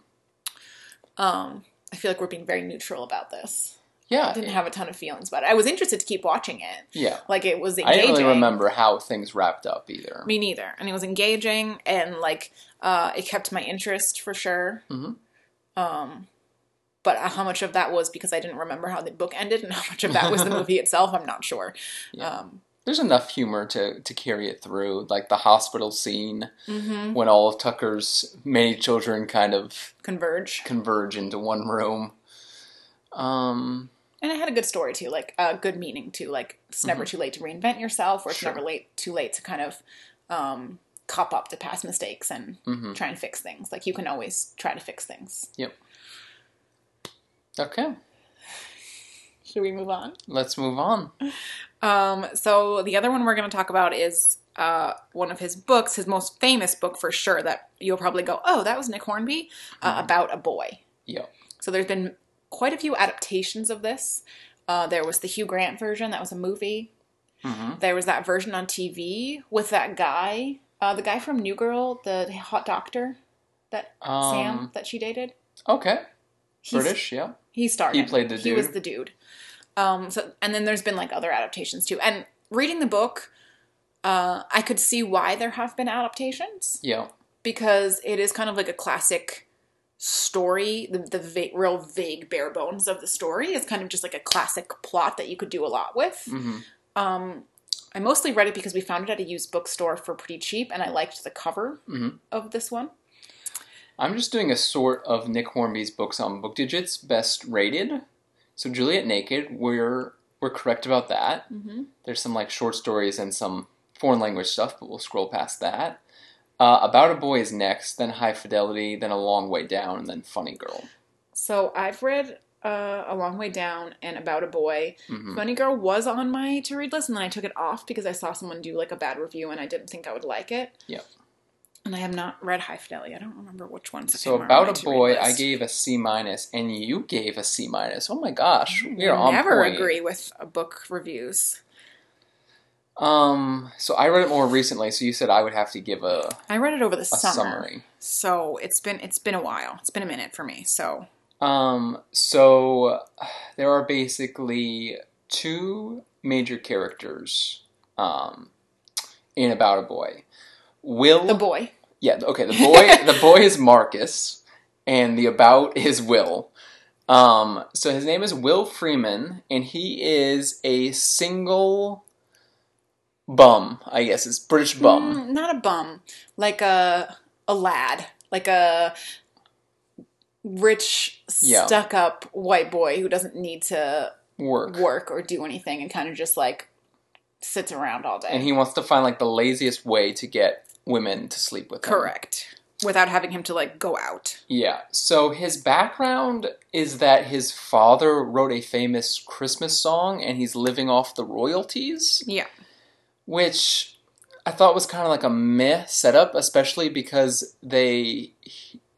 Speaker 1: Um, I feel like we're being very neutral about this.
Speaker 2: yeah,
Speaker 1: I didn't have a ton of feelings about it. I was interested to keep watching it.
Speaker 2: yeah.
Speaker 1: Like it was
Speaker 2: I
Speaker 1: engaging.
Speaker 2: didn't really remember how things wrapped up either.
Speaker 1: Me neither. And it was engaging and like uh, it kept my interest for sure.
Speaker 2: Mhm.
Speaker 1: Um, but how much of that was because I didn't remember how the book ended and how much of that was the
Speaker 2: <laughs>
Speaker 1: movie itself, I'm not sure.
Speaker 2: Yeah.
Speaker 1: Um,
Speaker 2: There's enough humor to, to carry it through, like the hospital scene
Speaker 1: mhm.
Speaker 2: when all of Tucker's many children kind of
Speaker 1: Converge.
Speaker 2: converge into one room. Um,
Speaker 1: And it had a good story too, like a good meaning too. Like it's never too late to reinvent yourself or it's
Speaker 2: Mm-hmm. Sure.
Speaker 1: never late too late to kind of um, cop up to past mistakes and
Speaker 2: mhm.
Speaker 1: try and fix things. Like you can always try to fix things.
Speaker 2: Okay,
Speaker 1: Should we move on?
Speaker 2: let's move on.
Speaker 1: Um, so the other one we're going to talk about is uh, one of his books, his most famous book for sure, that you'll probably go, oh, that was Nick Hornby, uh,
Speaker 2: Mm-hmm.
Speaker 1: about a boy.
Speaker 2: Yeah.
Speaker 1: So there's been quite a few adaptations of this. Uh, there was the Hugh Grant version, that was a movie.
Speaker 2: hmm
Speaker 1: There was that version on TV with that guy, uh, the guy from New Girl, the hot doctor that
Speaker 2: Um,
Speaker 1: Sam that she dated.
Speaker 2: Okay.
Speaker 1: He's-
Speaker 2: British. Yeah.
Speaker 1: He started.
Speaker 2: He played the
Speaker 1: He was
Speaker 2: dude.
Speaker 1: the dude. Um, so and then there's been like other adaptations too. And reading the book, uh, I could see why there have been adaptations
Speaker 2: Yeah.
Speaker 1: because it is kind of like a classic story. The, the va- real vague bare bones of the story is kind of just like a classic plot that you could do a lot with.
Speaker 2: hmm
Speaker 1: Um, I mostly read it because we found it at a used bookstore for pretty cheap, and I liked the cover
Speaker 2: Mhm.
Speaker 1: of this one.
Speaker 2: I'm just doing a sort of Nick Hornby's books on Book Digits best rated. So Juliet Naked, we're we're correct about that.
Speaker 1: Mm-hmm.
Speaker 2: There's some like short stories and some foreign language stuff, but we'll scroll past that. Uh, about a boy is next, then High Fidelity, then A Long Way Down, and then Funny Girl.
Speaker 1: So I've read uh, A Long Way Down and About a Boy.
Speaker 2: hmm
Speaker 1: Funny Girl was on my to read list, and then I took it off because I saw someone do like a bad review, and I didn't think I would like it.
Speaker 2: Yeah.
Speaker 1: And I have not read High Fidelity. I don't remember which ones. that
Speaker 2: So
Speaker 1: came on my
Speaker 2: about a
Speaker 1: to-read
Speaker 2: boy, I
Speaker 1: list.
Speaker 2: gave a C minus, and you gave a C minus. Oh my gosh, we
Speaker 1: I
Speaker 2: are on
Speaker 1: never
Speaker 2: point.
Speaker 1: agree with uh, book reviews.
Speaker 2: Um, so I read it more recently, so you said I would have to give a,
Speaker 1: I read it over the
Speaker 2: a
Speaker 1: summer,
Speaker 2: summary.
Speaker 1: so it's been it's been a while. It's been a minute for me. So
Speaker 2: Um, so <sighs> uh, there are basically two major characters um, in About a Boy. Will
Speaker 1: the boy.
Speaker 2: Yeah, okay. The
Speaker 1: <laughs>
Speaker 2: boy the boy is Marcus and the about <laughs> is Will. Um so his name is Will Freeman and he is a single bum, I guess. It's British bum.
Speaker 1: Mm, not a bum, like a a lad, like a rich,
Speaker 2: Yeah.
Speaker 1: stuck up white boy who doesn't need to
Speaker 2: Work.
Speaker 1: work or do anything and kind of just like sits around all day.
Speaker 2: And he wants to find like the laziest way to get women to sleep with him.
Speaker 1: Correct. Without having him to like go out.
Speaker 2: Yeah. So his background is that his father wrote a famous Christmas song and he's living off the royalties.
Speaker 1: Yeah.
Speaker 2: which I thought was kind of like a meh setup, especially because they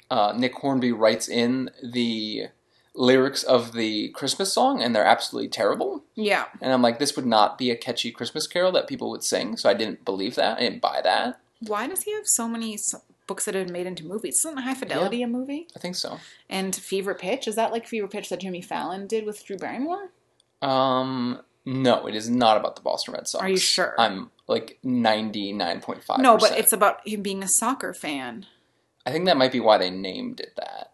Speaker 2: uh, Nick Hornby writes in the lyrics of the Christmas song, and they're absolutely terrible.
Speaker 1: Yeah.
Speaker 2: And I'm like, this would not be a catchy Christmas carol that people would sing, so I didn't believe that. I didn't buy that.
Speaker 1: Why does he have so many s- books that have been made into movies? Isn't High Fidelity a movie?
Speaker 2: I think so.
Speaker 1: And Fever Pitch? Is that like Fever Pitch that Jimmy Fallon did with Drew Barrymore?
Speaker 2: Um, no, it is not about the Boston Red Sox.
Speaker 1: Are you sure?
Speaker 2: I'm like 99.5.
Speaker 1: No, but it's about him being a soccer fan.
Speaker 2: I think that might be why they named it that.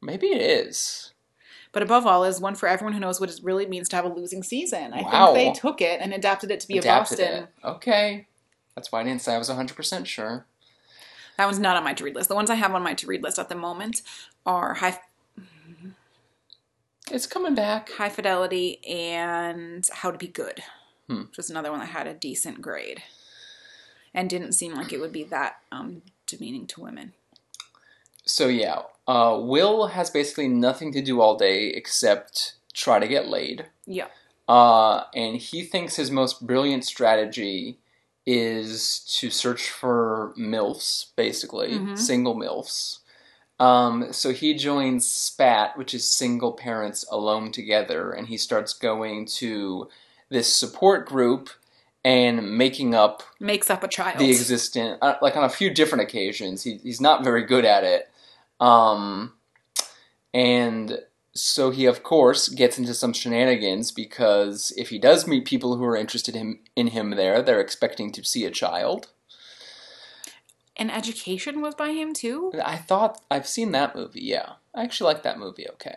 Speaker 2: Maybe it is.
Speaker 1: But above all, is one for everyone who knows what it really means to have a losing season. I
Speaker 2: Wow.
Speaker 1: think they took it and adapted it to be
Speaker 2: adapted
Speaker 1: a Boston.
Speaker 2: it. Okay. That's why I didn't say I was 100% sure.
Speaker 1: That one's not on my to read list. The ones I have on my to read list at the moment are High,
Speaker 2: It's coming back.
Speaker 1: High Fidelity and How to Be Good,
Speaker 2: Hmm.
Speaker 1: which was another one that had a decent grade and didn't seem like it would be that um, demeaning to women.
Speaker 2: So, yeah, uh, Will has basically nothing to do all day except try to get laid.
Speaker 1: Yeah.
Speaker 2: Uh, and he thinks his most brilliant strategy is to search for MILFs, basically,
Speaker 1: Mhm.
Speaker 2: single MILFs. Um, so he joins SPAT, which is single parents alone together, and he starts going to this support group and making up
Speaker 1: Makes up a child.
Speaker 2: the existent uh, like on a few different occasions he, he's not very good at it um and so he of course gets into some shenanigans because if he does meet people who are interested him in him there they're expecting to see a child
Speaker 1: and Education was by him too?
Speaker 2: i thought i've seen that movie yeah i actually like that movie okay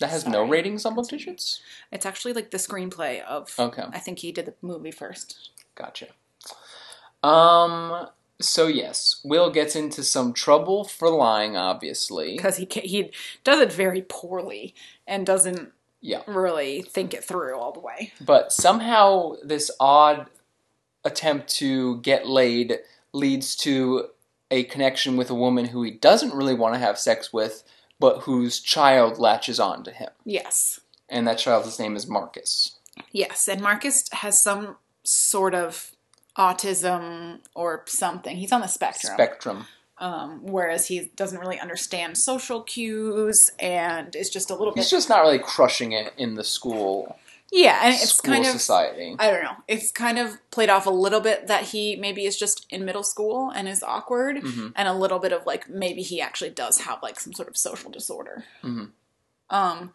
Speaker 2: that has no
Speaker 1: Sorry.
Speaker 2: ratings on book digits
Speaker 1: It's actually like the screenplay of.
Speaker 2: okay
Speaker 1: I think he did the movie first.
Speaker 2: Gotcha. Um. So yes, Will gets into some trouble for lying. Obviously,
Speaker 1: because he ca- he does it very poorly and doesn't
Speaker 2: Yeah.
Speaker 1: really think it through all the way.
Speaker 2: but somehow this odd attempt to get laid leads to a connection with a woman who he doesn't really want to have sex with, but whose child latches on to him,
Speaker 1: Yes,
Speaker 2: and that child's name is Marcus.
Speaker 1: yes, and Marcus has some sort of autism or something. He's on the spectrum.
Speaker 2: Spectrum.
Speaker 1: um, whereas he doesn't really understand social cues and is just a little bit.
Speaker 2: He's just not really crushing it in the school
Speaker 1: yeah, and it's
Speaker 2: school
Speaker 1: kind of.
Speaker 2: society.
Speaker 1: I don't know. It's kind of played off a little bit that he maybe is just in middle school and is awkward,
Speaker 2: Mhm.
Speaker 1: and a little bit of like maybe he actually does have like some sort of social disorder.
Speaker 2: Mhm.
Speaker 1: Um,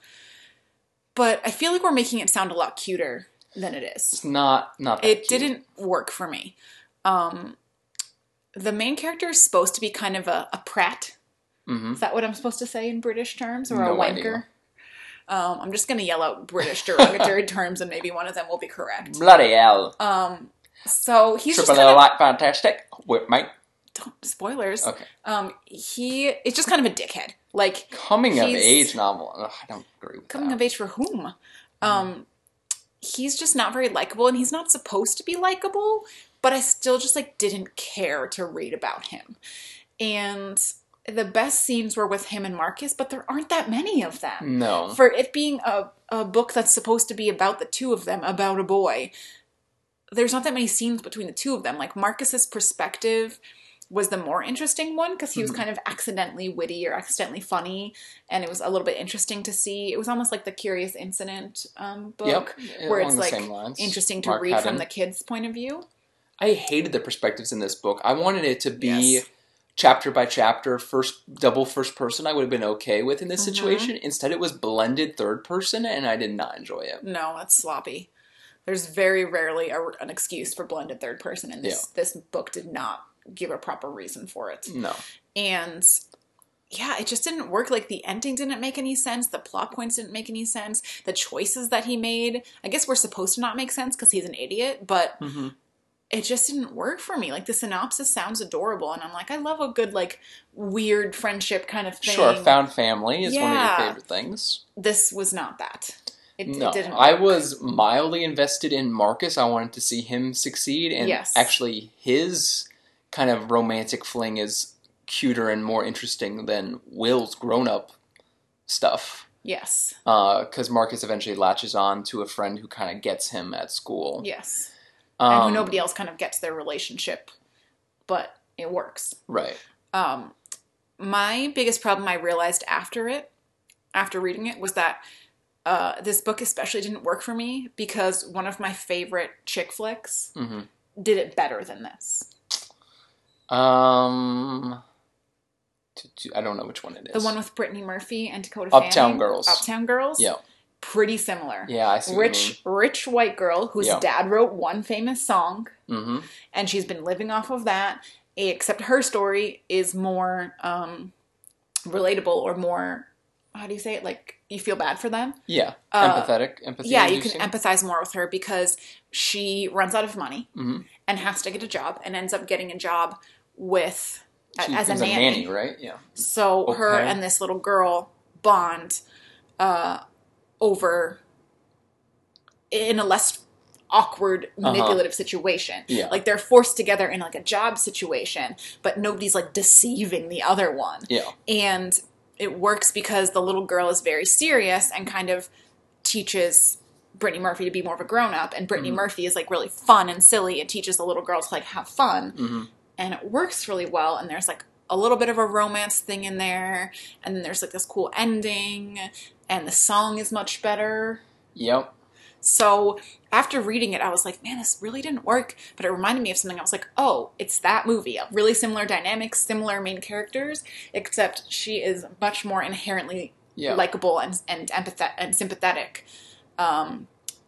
Speaker 1: but I feel like we're making it sound a lot cuter than it is.
Speaker 2: It's not not. That
Speaker 1: it
Speaker 2: cute.
Speaker 1: didn't work for me. Um, the main character is supposed to be kind of a, a prat.
Speaker 2: Mhm.
Speaker 1: Is that what I'm supposed to say in British terms or a
Speaker 2: No
Speaker 1: wanker?
Speaker 2: idea.
Speaker 1: Um, I'm just going to yell out British
Speaker 2: <laughs>
Speaker 1: derogatory terms and maybe one of them will be correct.
Speaker 2: Bloody hell!
Speaker 1: Um, so he's just
Speaker 2: Triple
Speaker 1: kind
Speaker 2: L
Speaker 1: of,
Speaker 2: like fantastic. Whip mate.
Speaker 1: don't, spoilers.
Speaker 2: Okay.
Speaker 1: Um, he is just kind of a dickhead. Like
Speaker 2: Coming of
Speaker 1: He's-
Speaker 2: age novel. Ugh, I don't agree with
Speaker 1: coming
Speaker 2: that.
Speaker 1: of age for whom? Um, he's just not very likable and he's not supposed to be likable, but I still just like didn't care to read about him. And the best scenes were with him and Marcus, but there aren't that many of them.
Speaker 2: No.
Speaker 1: For it being a, a book that's supposed to be about the two of them, about a boy, there's not that many scenes between the two of them. Like Marcus's perspective was the more interesting one because he was
Speaker 2: Mhm.
Speaker 1: kind of accidentally witty or accidentally funny, and it was a little bit interesting to see. It was almost like the Curious Incident um, book,
Speaker 2: Yep.
Speaker 1: where
Speaker 2: Along
Speaker 1: it's
Speaker 2: the
Speaker 1: like
Speaker 2: same lines.
Speaker 1: interesting to
Speaker 2: Mark
Speaker 1: read
Speaker 2: Haddon.
Speaker 1: from the kid's point of view.
Speaker 2: I hated the perspectives in this book. I wanted it to be
Speaker 1: Yes.
Speaker 2: chapter by chapter, first double first person. I would have been okay with in this
Speaker 1: Mhm.
Speaker 2: situation. Instead, it was blended third person, and I did not enjoy it.
Speaker 1: No, that's sloppy. There's very rarely a, an excuse for blended third person, and this this book did not give a proper reason for it.
Speaker 2: No,
Speaker 1: and yeah it just didn't work like the ending didn't make any sense the plot points didn't make any sense the choices that he made i guess we're supposed to not make sense because he's an idiot but
Speaker 2: Mm-hmm.
Speaker 1: it just didn't work for me like the synopsis sounds adorable and i'm like i love a good like weird friendship kind of thing
Speaker 2: sure, found family is one of your
Speaker 1: Yeah.
Speaker 2: favorite things.
Speaker 1: this was not that it, it
Speaker 2: No,
Speaker 1: didn't work.
Speaker 2: I was mildly invested in Marcus. I wanted to see him succeed, and
Speaker 1: Yes.
Speaker 2: actually, his kind of romantic fling is cuter and more interesting than Will's grown-up stuff.
Speaker 1: yes
Speaker 2: Because Marcus eventually latches on to a friend who kind of gets him at school,
Speaker 1: yes
Speaker 2: um,
Speaker 1: and who nobody else kind of gets their relationship but it works
Speaker 2: Right.
Speaker 1: Um, my biggest problem I realized after it, after reading it, was that uh, this book especially didn't work for me because one of my favorite chick flicks
Speaker 2: hmm
Speaker 1: did it better than this.
Speaker 2: Um, t- t- I don't know which one it is.
Speaker 1: The one with Brittany Murphy and Dakota
Speaker 2: Uptown
Speaker 1: Fanning,
Speaker 2: Girls.
Speaker 1: Uptown Girls.
Speaker 2: Yeah.
Speaker 1: Pretty similar.
Speaker 2: yeah, I see.
Speaker 1: Rich, rich white girl whose
Speaker 2: Yeah.
Speaker 1: dad wrote one famous song,
Speaker 2: hmm
Speaker 1: and she's been living off of that. Except her story is more um, relatable or more, how do you say it? Like you feel bad for them.
Speaker 2: Yeah,
Speaker 1: Uh,
Speaker 2: empathetic, empathy.
Speaker 1: yeah you can empathize more with her because she runs out of money
Speaker 2: hmm
Speaker 1: and has to get a job and ends up getting a job with a-
Speaker 2: She
Speaker 1: as a
Speaker 2: becomes
Speaker 1: nanny,
Speaker 2: nanny, right? Yeah.
Speaker 1: so her
Speaker 2: Okay.
Speaker 1: and this little girl bond uh, over in a less awkward manipulative situation
Speaker 2: Uh-huh. Yeah.
Speaker 1: like they're forced together in like a job situation but nobody's like deceiving the other one
Speaker 2: Yeah.
Speaker 1: and it works because the little girl is very serious and kind of teaches Brittany Murphy to be more of a grown up, and Brittany
Speaker 2: Mhm.
Speaker 1: Murphy is like really fun and silly and teaches the little girl to like have fun,
Speaker 2: hmm
Speaker 1: and it works really well. And there's like a little bit of a romance thing in there, and then there's like this cool ending, and the song is much better.
Speaker 2: Yep.
Speaker 1: So after reading it, I was like, man, this really didn't work. But it reminded me of something. I was like, oh, it's that movie. Really similar dynamics, similar main characters, except she is much more inherently
Speaker 2: Yeah.
Speaker 1: likable and and empathetic and sympathetic, um,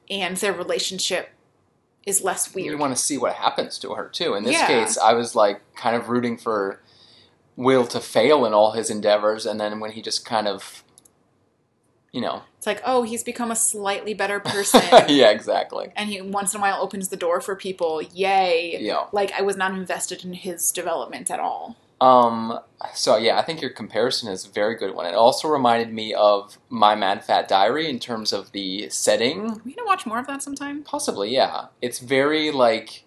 Speaker 1: and their relationship is less
Speaker 2: you
Speaker 1: weird.
Speaker 2: want to see what happens to her too. In this
Speaker 1: Yeah.
Speaker 2: case, I was like kind of rooting for Will to fail in all his endeavors, and then when he just kind of,
Speaker 1: <laughs>
Speaker 2: you know,
Speaker 1: It's like, oh, he's become a slightly
Speaker 2: <laughs>
Speaker 1: better person,
Speaker 2: yeah, exactly.
Speaker 1: and he once in a while opens the door for people. Yay!
Speaker 2: Yeah.
Speaker 1: Like I was not invested in his development at all.
Speaker 2: Um. So yeah, I think your comparison is a very good one. It also reminded me of My Mad Fat Diary in terms of the setting.
Speaker 1: Are we gonna watch more of that sometime?
Speaker 2: Possibly, yeah. It's very like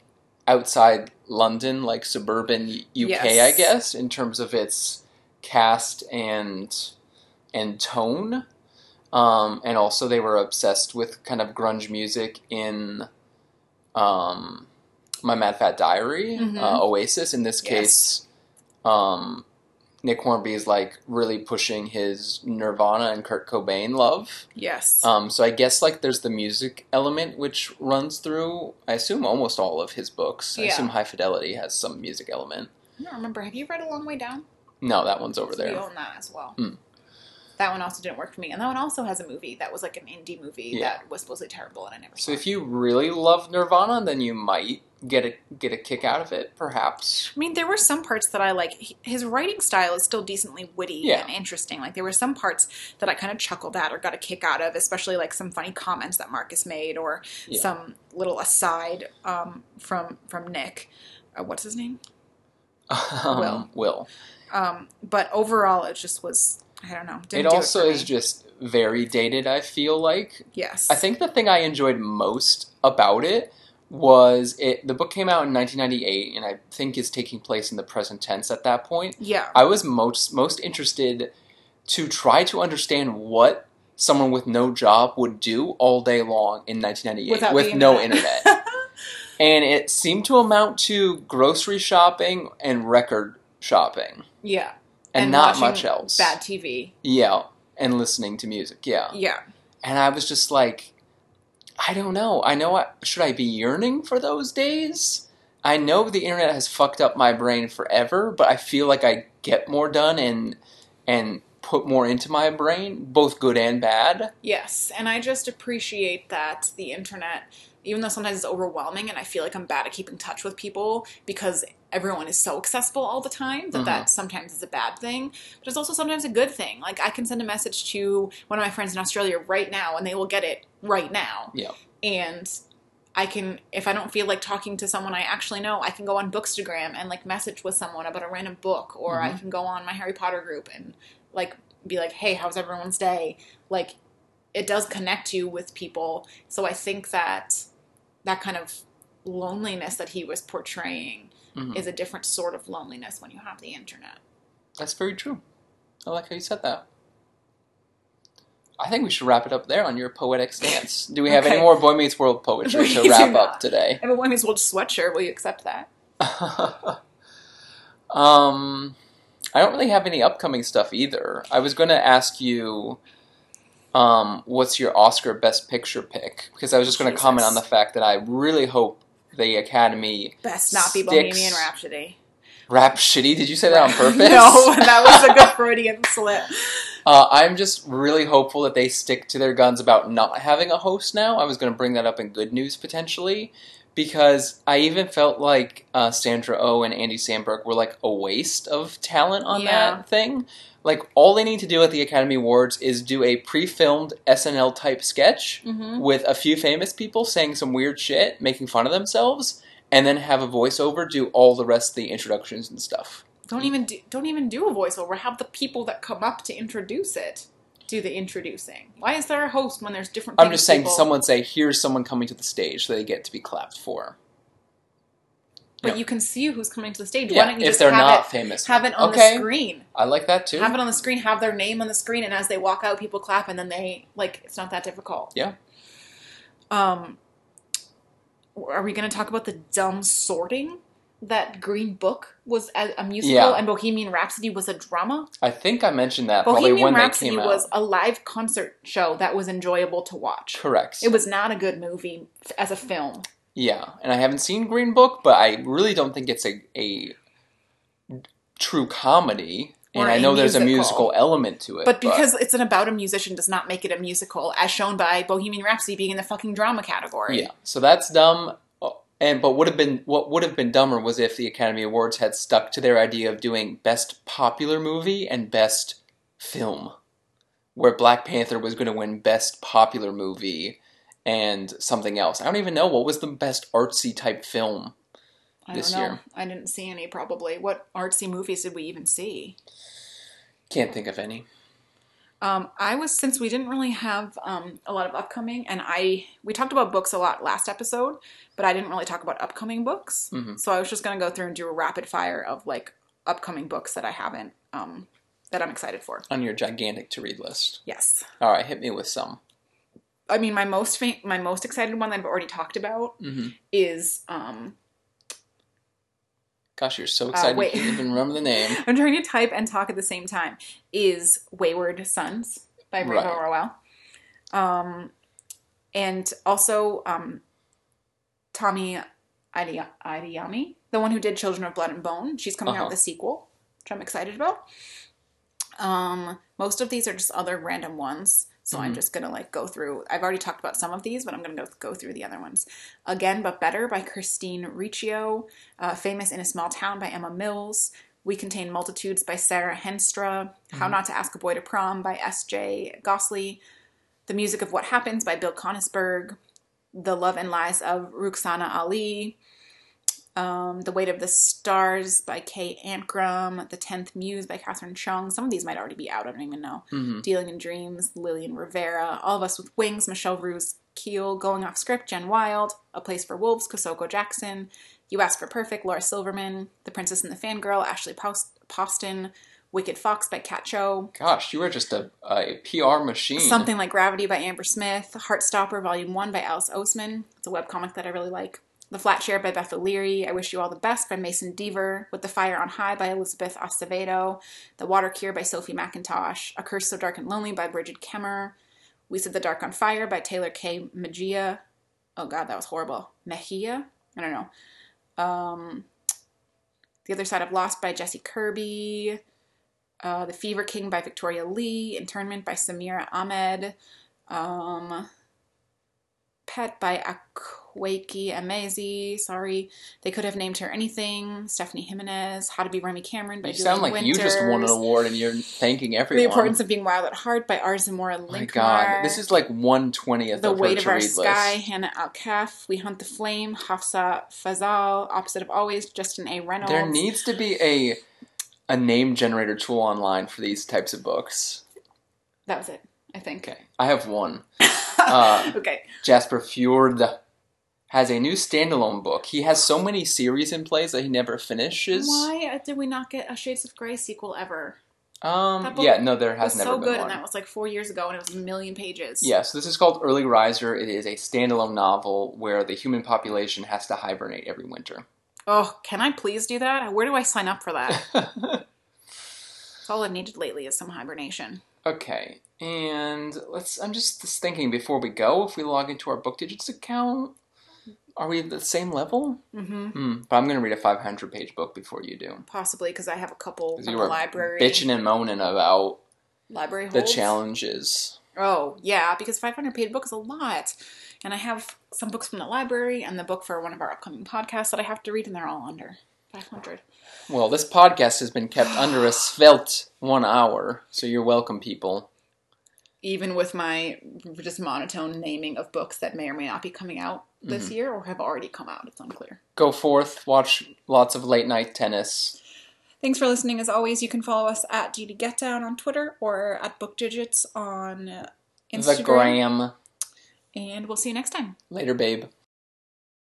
Speaker 2: outside London, like suburban UK,
Speaker 1: Yes.
Speaker 2: I guess, in terms of its cast and and tone. Um, and also, they were obsessed with kind of grunge music in um, My Mad Fat Diary,
Speaker 1: Mhm.
Speaker 2: uh, Oasis. In this
Speaker 1: Yes.
Speaker 2: case, um, Nick Hornby is like really pushing his Nirvana and Kurt Cobain love.
Speaker 1: Yes.
Speaker 2: Um, so I guess like there's the music element which runs through. I assume almost all of his books. I
Speaker 1: Yeah.
Speaker 2: assume High Fidelity has some music element.
Speaker 1: I don't remember. Have you read A Long Way Down?
Speaker 2: No, that one's over
Speaker 1: So We
Speaker 2: there.
Speaker 1: own that as well.
Speaker 2: Hmm.
Speaker 1: That one also didn't work for me, and that one also has a movie that was like an indie movie
Speaker 2: Yeah.
Speaker 1: that was supposedly terrible, and I never
Speaker 2: So
Speaker 1: saw.
Speaker 2: if you really love Nirvana, then you might get a get a kick out of it, perhaps. <laughs>
Speaker 1: I mean, there were some parts that I like. he- His writing style is still decently witty
Speaker 2: Yeah.
Speaker 1: and interesting. Like there were some parts that I kind of chuckled at or got a kick out of, especially like some funny comments that Marcus made or
Speaker 2: Yeah.
Speaker 1: some little aside um, from from Nick. Uh, what's his name?
Speaker 2: Um, Will.
Speaker 1: Um, but overall, it just was I don't know. Didn't
Speaker 2: it
Speaker 1: do
Speaker 2: also
Speaker 1: it for
Speaker 2: is
Speaker 1: me.
Speaker 2: just very dated i feel like
Speaker 1: yes.
Speaker 2: i think the thing i enjoyed most about it was it the book came out in 1998 and i think is taking place in the present tense at that point
Speaker 1: yeah.
Speaker 2: i was most most interested to try to understand what someone with no job would do all day long in 1998
Speaker 1: Without
Speaker 2: with
Speaker 1: the
Speaker 2: no
Speaker 1: internet. <laughs>
Speaker 2: internet and it seemed to amount to grocery shopping and record shopping
Speaker 1: yeah.
Speaker 2: and,
Speaker 1: And
Speaker 2: not
Speaker 1: watching
Speaker 2: much else
Speaker 1: Bad TV.
Speaker 2: yeah and listening to music yeah
Speaker 1: Yeah.
Speaker 2: and I was just like, I don't know. I know. I, should I be yearning for those days? I know the internet has fucked up my brain forever, but I feel like I get more done and and put more into my brain, both good and bad.
Speaker 1: Yes, and I just appreciate that the internet, even though sometimes it's overwhelming and I feel like I'm bad at keeping touch with people because everyone is so accessible all the time, that
Speaker 2: Mm-hmm.
Speaker 1: that sometimes is a bad thing, but it's also sometimes a good thing. Like I can send a message to one of my friends in Australia right now and they will get it right now.
Speaker 2: Yeah.
Speaker 1: And I can if I don't feel like talking to someone I actually know, I can go on Bookstagram and like message with someone about a random book or I can go on my Harry Potter group and like be like, "Hey, how's everyone's day?" Like it does connect you with people. So I think that that kind of loneliness that he was portraying
Speaker 2: Mhm.
Speaker 1: is a different sort of loneliness when you have the internet.
Speaker 2: That's very true. I like how you said that. I think we should wrap it up there on your poetic stance. Do we have
Speaker 1: Okay.
Speaker 2: any more Boy Meets World
Speaker 1: <laughs>
Speaker 2: poetry
Speaker 1: We
Speaker 2: to
Speaker 1: do
Speaker 2: wrap
Speaker 1: not.
Speaker 2: up today?
Speaker 1: I have a women's world sweatshirt. Will you accept that?
Speaker 2: <laughs> um, I don't really have any upcoming stuff either. I was going to ask you, um, what's your Oscar Best Picture pick? Because I was just going to comment on the
Speaker 1: Jesus.
Speaker 2: fact that I really hope the Academy
Speaker 1: Best not be
Speaker 2: Sticks.
Speaker 1: Bohemian Rhapsody.
Speaker 2: rap shitty. Did you say
Speaker 1: <laughs>
Speaker 2: that on purpose?
Speaker 1: no, that was a good Freudian slip.
Speaker 2: Uh, I'm just really hopeful that they stick to their guns about not having a host now. I was going to bring that up in good news potentially because I even felt like uh, Sandra Oh and Andy Samberg were like a waste of talent on
Speaker 1: Yeah.
Speaker 2: that thing. Like all they need to do at the Academy Awards is do a pre-filmed SNL type sketch
Speaker 1: Mm-hmm.
Speaker 2: with a few famous people saying some weird shit, making fun of themselves, and then have a voiceover do all the rest of the introductions and stuff.
Speaker 1: Don't even do, don't even do a voiceover. Have the people that come up to introduce it do the introducing. Why is there a host when there's different?
Speaker 2: I'm
Speaker 1: famous
Speaker 2: just saying,
Speaker 1: people?
Speaker 2: someone say, "Here's someone coming to the stage," so they get to be clapped for.
Speaker 1: But
Speaker 2: Yeah.
Speaker 1: you can see who's coming to the stage.
Speaker 2: Yeah,
Speaker 1: Why don't you
Speaker 2: if
Speaker 1: just
Speaker 2: they're
Speaker 1: have
Speaker 2: not
Speaker 1: it,
Speaker 2: famous,
Speaker 1: have it on
Speaker 2: okay,
Speaker 1: the screen?
Speaker 2: I like that too.
Speaker 1: Have it on the screen. Have their name on the screen, and as they walk out, people clap, and then they like. It's not that difficult.
Speaker 2: Yeah.
Speaker 1: Um. Are we going to talk about the dumb sorting that Green Book was a, a musical
Speaker 2: Yeah.
Speaker 1: and Bohemian Rapsody was a drama?
Speaker 2: I think I mentioned that probably
Speaker 1: Bohemian
Speaker 2: when
Speaker 1: Rhapsody
Speaker 2: they came
Speaker 1: was
Speaker 2: out.
Speaker 1: a live concert show that was enjoyable to watch.
Speaker 2: Correct.
Speaker 1: It was not a good movie f- as a film.
Speaker 2: yeah, and I haven't seen Green Book, but I really don't think it's a a true comedy.
Speaker 1: Or
Speaker 2: and I
Speaker 1: a
Speaker 2: know there's a
Speaker 1: musical.
Speaker 2: musical element to it,
Speaker 1: But because it's an about a musician does not make it a musical, as shown by Bohemian Rhapsody being in the fucking drama category.
Speaker 2: yeah, so that's dumb. Oh, And but would have been what would have been dumber was if the Academy Awards had stuck to their idea of doing best popular movie and best film, where Black Panther was going to win best popular movie and something else. I don't even know what was the best artsy type film.
Speaker 1: I
Speaker 2: This
Speaker 1: don't know.
Speaker 2: year.
Speaker 1: I didn't see any probably. What artsy movies did we even see?
Speaker 2: Can't think of any.
Speaker 1: Um, I was since we didn't really have um, a lot of upcoming, and I we talked about books a lot last episode, but I didn't really talk about upcoming books.
Speaker 2: Mhm.
Speaker 1: So I was just gonna go through and do a rapid fire of like upcoming books that I haven't um, that I'm excited for.
Speaker 2: on your gigantic to read list.
Speaker 1: Yes,
Speaker 2: All right, hit me with some.
Speaker 1: I mean my most fa- my most excited one that I've already talked about
Speaker 2: Mhm.
Speaker 1: is um, <laughs>
Speaker 2: Gosh, you're so excited!
Speaker 1: Uh, wait.
Speaker 2: You can't even remember the name.
Speaker 1: <laughs> I'm trying to type and talk at the same time. Is Wayward Sons by Rainbow
Speaker 2: Right.
Speaker 1: Rowell. Um, and also um, Tommy Adi- Adiyami, the one who did Children of Blood and Bone. She's coming out
Speaker 2: Uh-huh.
Speaker 1: with a sequel, which I'm excited about. Um, most of these are just other random ones. So I'm
Speaker 2: Mhm.
Speaker 1: just gonna like go through. I've already talked about some of these, but I'm gonna go, go through the other ones again. But better by Christine Riccio, uh, famous in a small town by Emma Mills. We Contain Multitudes by Sarah Henstra, How Not to Ask a Boy to Prom by S.J. Gosley, The Music of What Happens by Bill Conisberg, The Love and Lies of Ruxana Ali, um, The Weight of the Stars by Kay Ankrum, The Tenth Muse by Catherine Chung. Some of these might already be out, I don't even know.
Speaker 2: Mhm.
Speaker 1: Dealing in Dreams, Lillian Rivera, All of Us with Wings, Michelle Ruse Keel, Going Off Script, Jen Wild, A Place for Wolves, Kosoko Jackson, You Ask for Perfect, Laura Silverman, The Princess and the Fangirl, Ashley Paus- Poston, Wicked Fox by Kat Cho,
Speaker 2: Gosh, you are just a, a PR machine.
Speaker 1: Something Like Gravity by Amber Smith, Heartstopper Volume 1 by Alice Oseman. It's a webcomic that I really like. The Flat Chair by Beth O'Leary, I Wish You All the Best by Mason Deaver, With the Fire on High by Elizabeth Acevedo, The Water Cure by Sophie McIntosh, A Curse So Dark and Lonely by Bridget Kemmer, We Set the Dark on Fire by Taylor K. Mejia. Oh god, that was horrible. Mejia? I don't know. Um, the Other Side of Lost by Jesse Kirby, uh, The Fever King by Victoria Lee, Internment by Samira Ahmed, um, Pet by Akweki Amazi, sorry. They Could Have Named Her Anything, Stephanie Jimenez, How to Be Remy Cameron by
Speaker 2: you sound
Speaker 1: Julie
Speaker 2: like you just won an
Speaker 1: Winters.
Speaker 2: award and you're thanking everyone.
Speaker 1: The Importance of Being Wild at Heart by R. Zamora Linkmar.
Speaker 2: My God, this is like one twentieth
Speaker 1: The
Speaker 2: of her
Speaker 1: Weight of
Speaker 2: to
Speaker 1: Our
Speaker 2: read
Speaker 1: Sky,
Speaker 2: list.
Speaker 1: Hannah Al We Hunt the Flame, Hafsa Fazal, Opposite of Always, Justin A. Reynolds.
Speaker 2: There needs to be a a name generator tool online for these types of books.
Speaker 1: that was it, I <laughs> think.
Speaker 2: Okay, I have one. Uh,
Speaker 1: okay.
Speaker 2: Jasper Fjord has a new standalone book. He has so many series in plays that he never finishes.
Speaker 1: Why uh, did we not get a Shades of Grey sequel ever? That
Speaker 2: Um,
Speaker 1: book
Speaker 2: yeah, no, there
Speaker 1: It was
Speaker 2: has never
Speaker 1: so
Speaker 2: been
Speaker 1: good,
Speaker 2: one.
Speaker 1: and that was like four years ago, and it was a million pages.
Speaker 2: Yeah, so this is called Early Riser. It is a standalone novel where the human population has to hibernate every winter. <laughs>
Speaker 1: Oh, can I please do that? Where do I sign up for
Speaker 2: <laughs>
Speaker 1: that? That's all I've needed lately is some hibernation.
Speaker 2: okay, and let's. I'm just thinking before we go, if we log into our Book Digits account, are we at the same level?
Speaker 1: Mm-hmm.
Speaker 2: Hmm, but I'm going to read a 500 page book before you do.
Speaker 1: Possibly because I have a couple
Speaker 2: 'Cause
Speaker 1: from
Speaker 2: you
Speaker 1: the
Speaker 2: were
Speaker 1: library.
Speaker 2: bitching and moaning about
Speaker 1: Library
Speaker 2: the
Speaker 1: holds.
Speaker 2: challenges.
Speaker 1: Oh, yeah, because 500 page book is a lot. And I have some books from the library and the book for one of our upcoming podcasts that I have to read, and they're all under 500.
Speaker 2: Well, this podcast has been kept under a svelte one hour, so you're welcome, people.
Speaker 1: Even with my just monotone naming of books that may or may not be coming out this year or have already come out, it's unclear.
Speaker 2: Go forth, watch lots of late night tennis.
Speaker 1: Thanks for listening. As always, you can follow us at GD Get Down on Twitter or at Book Digits on
Speaker 2: The
Speaker 1: Instagram.
Speaker 2: gram.
Speaker 1: And we'll see you next time.
Speaker 2: Later, babe.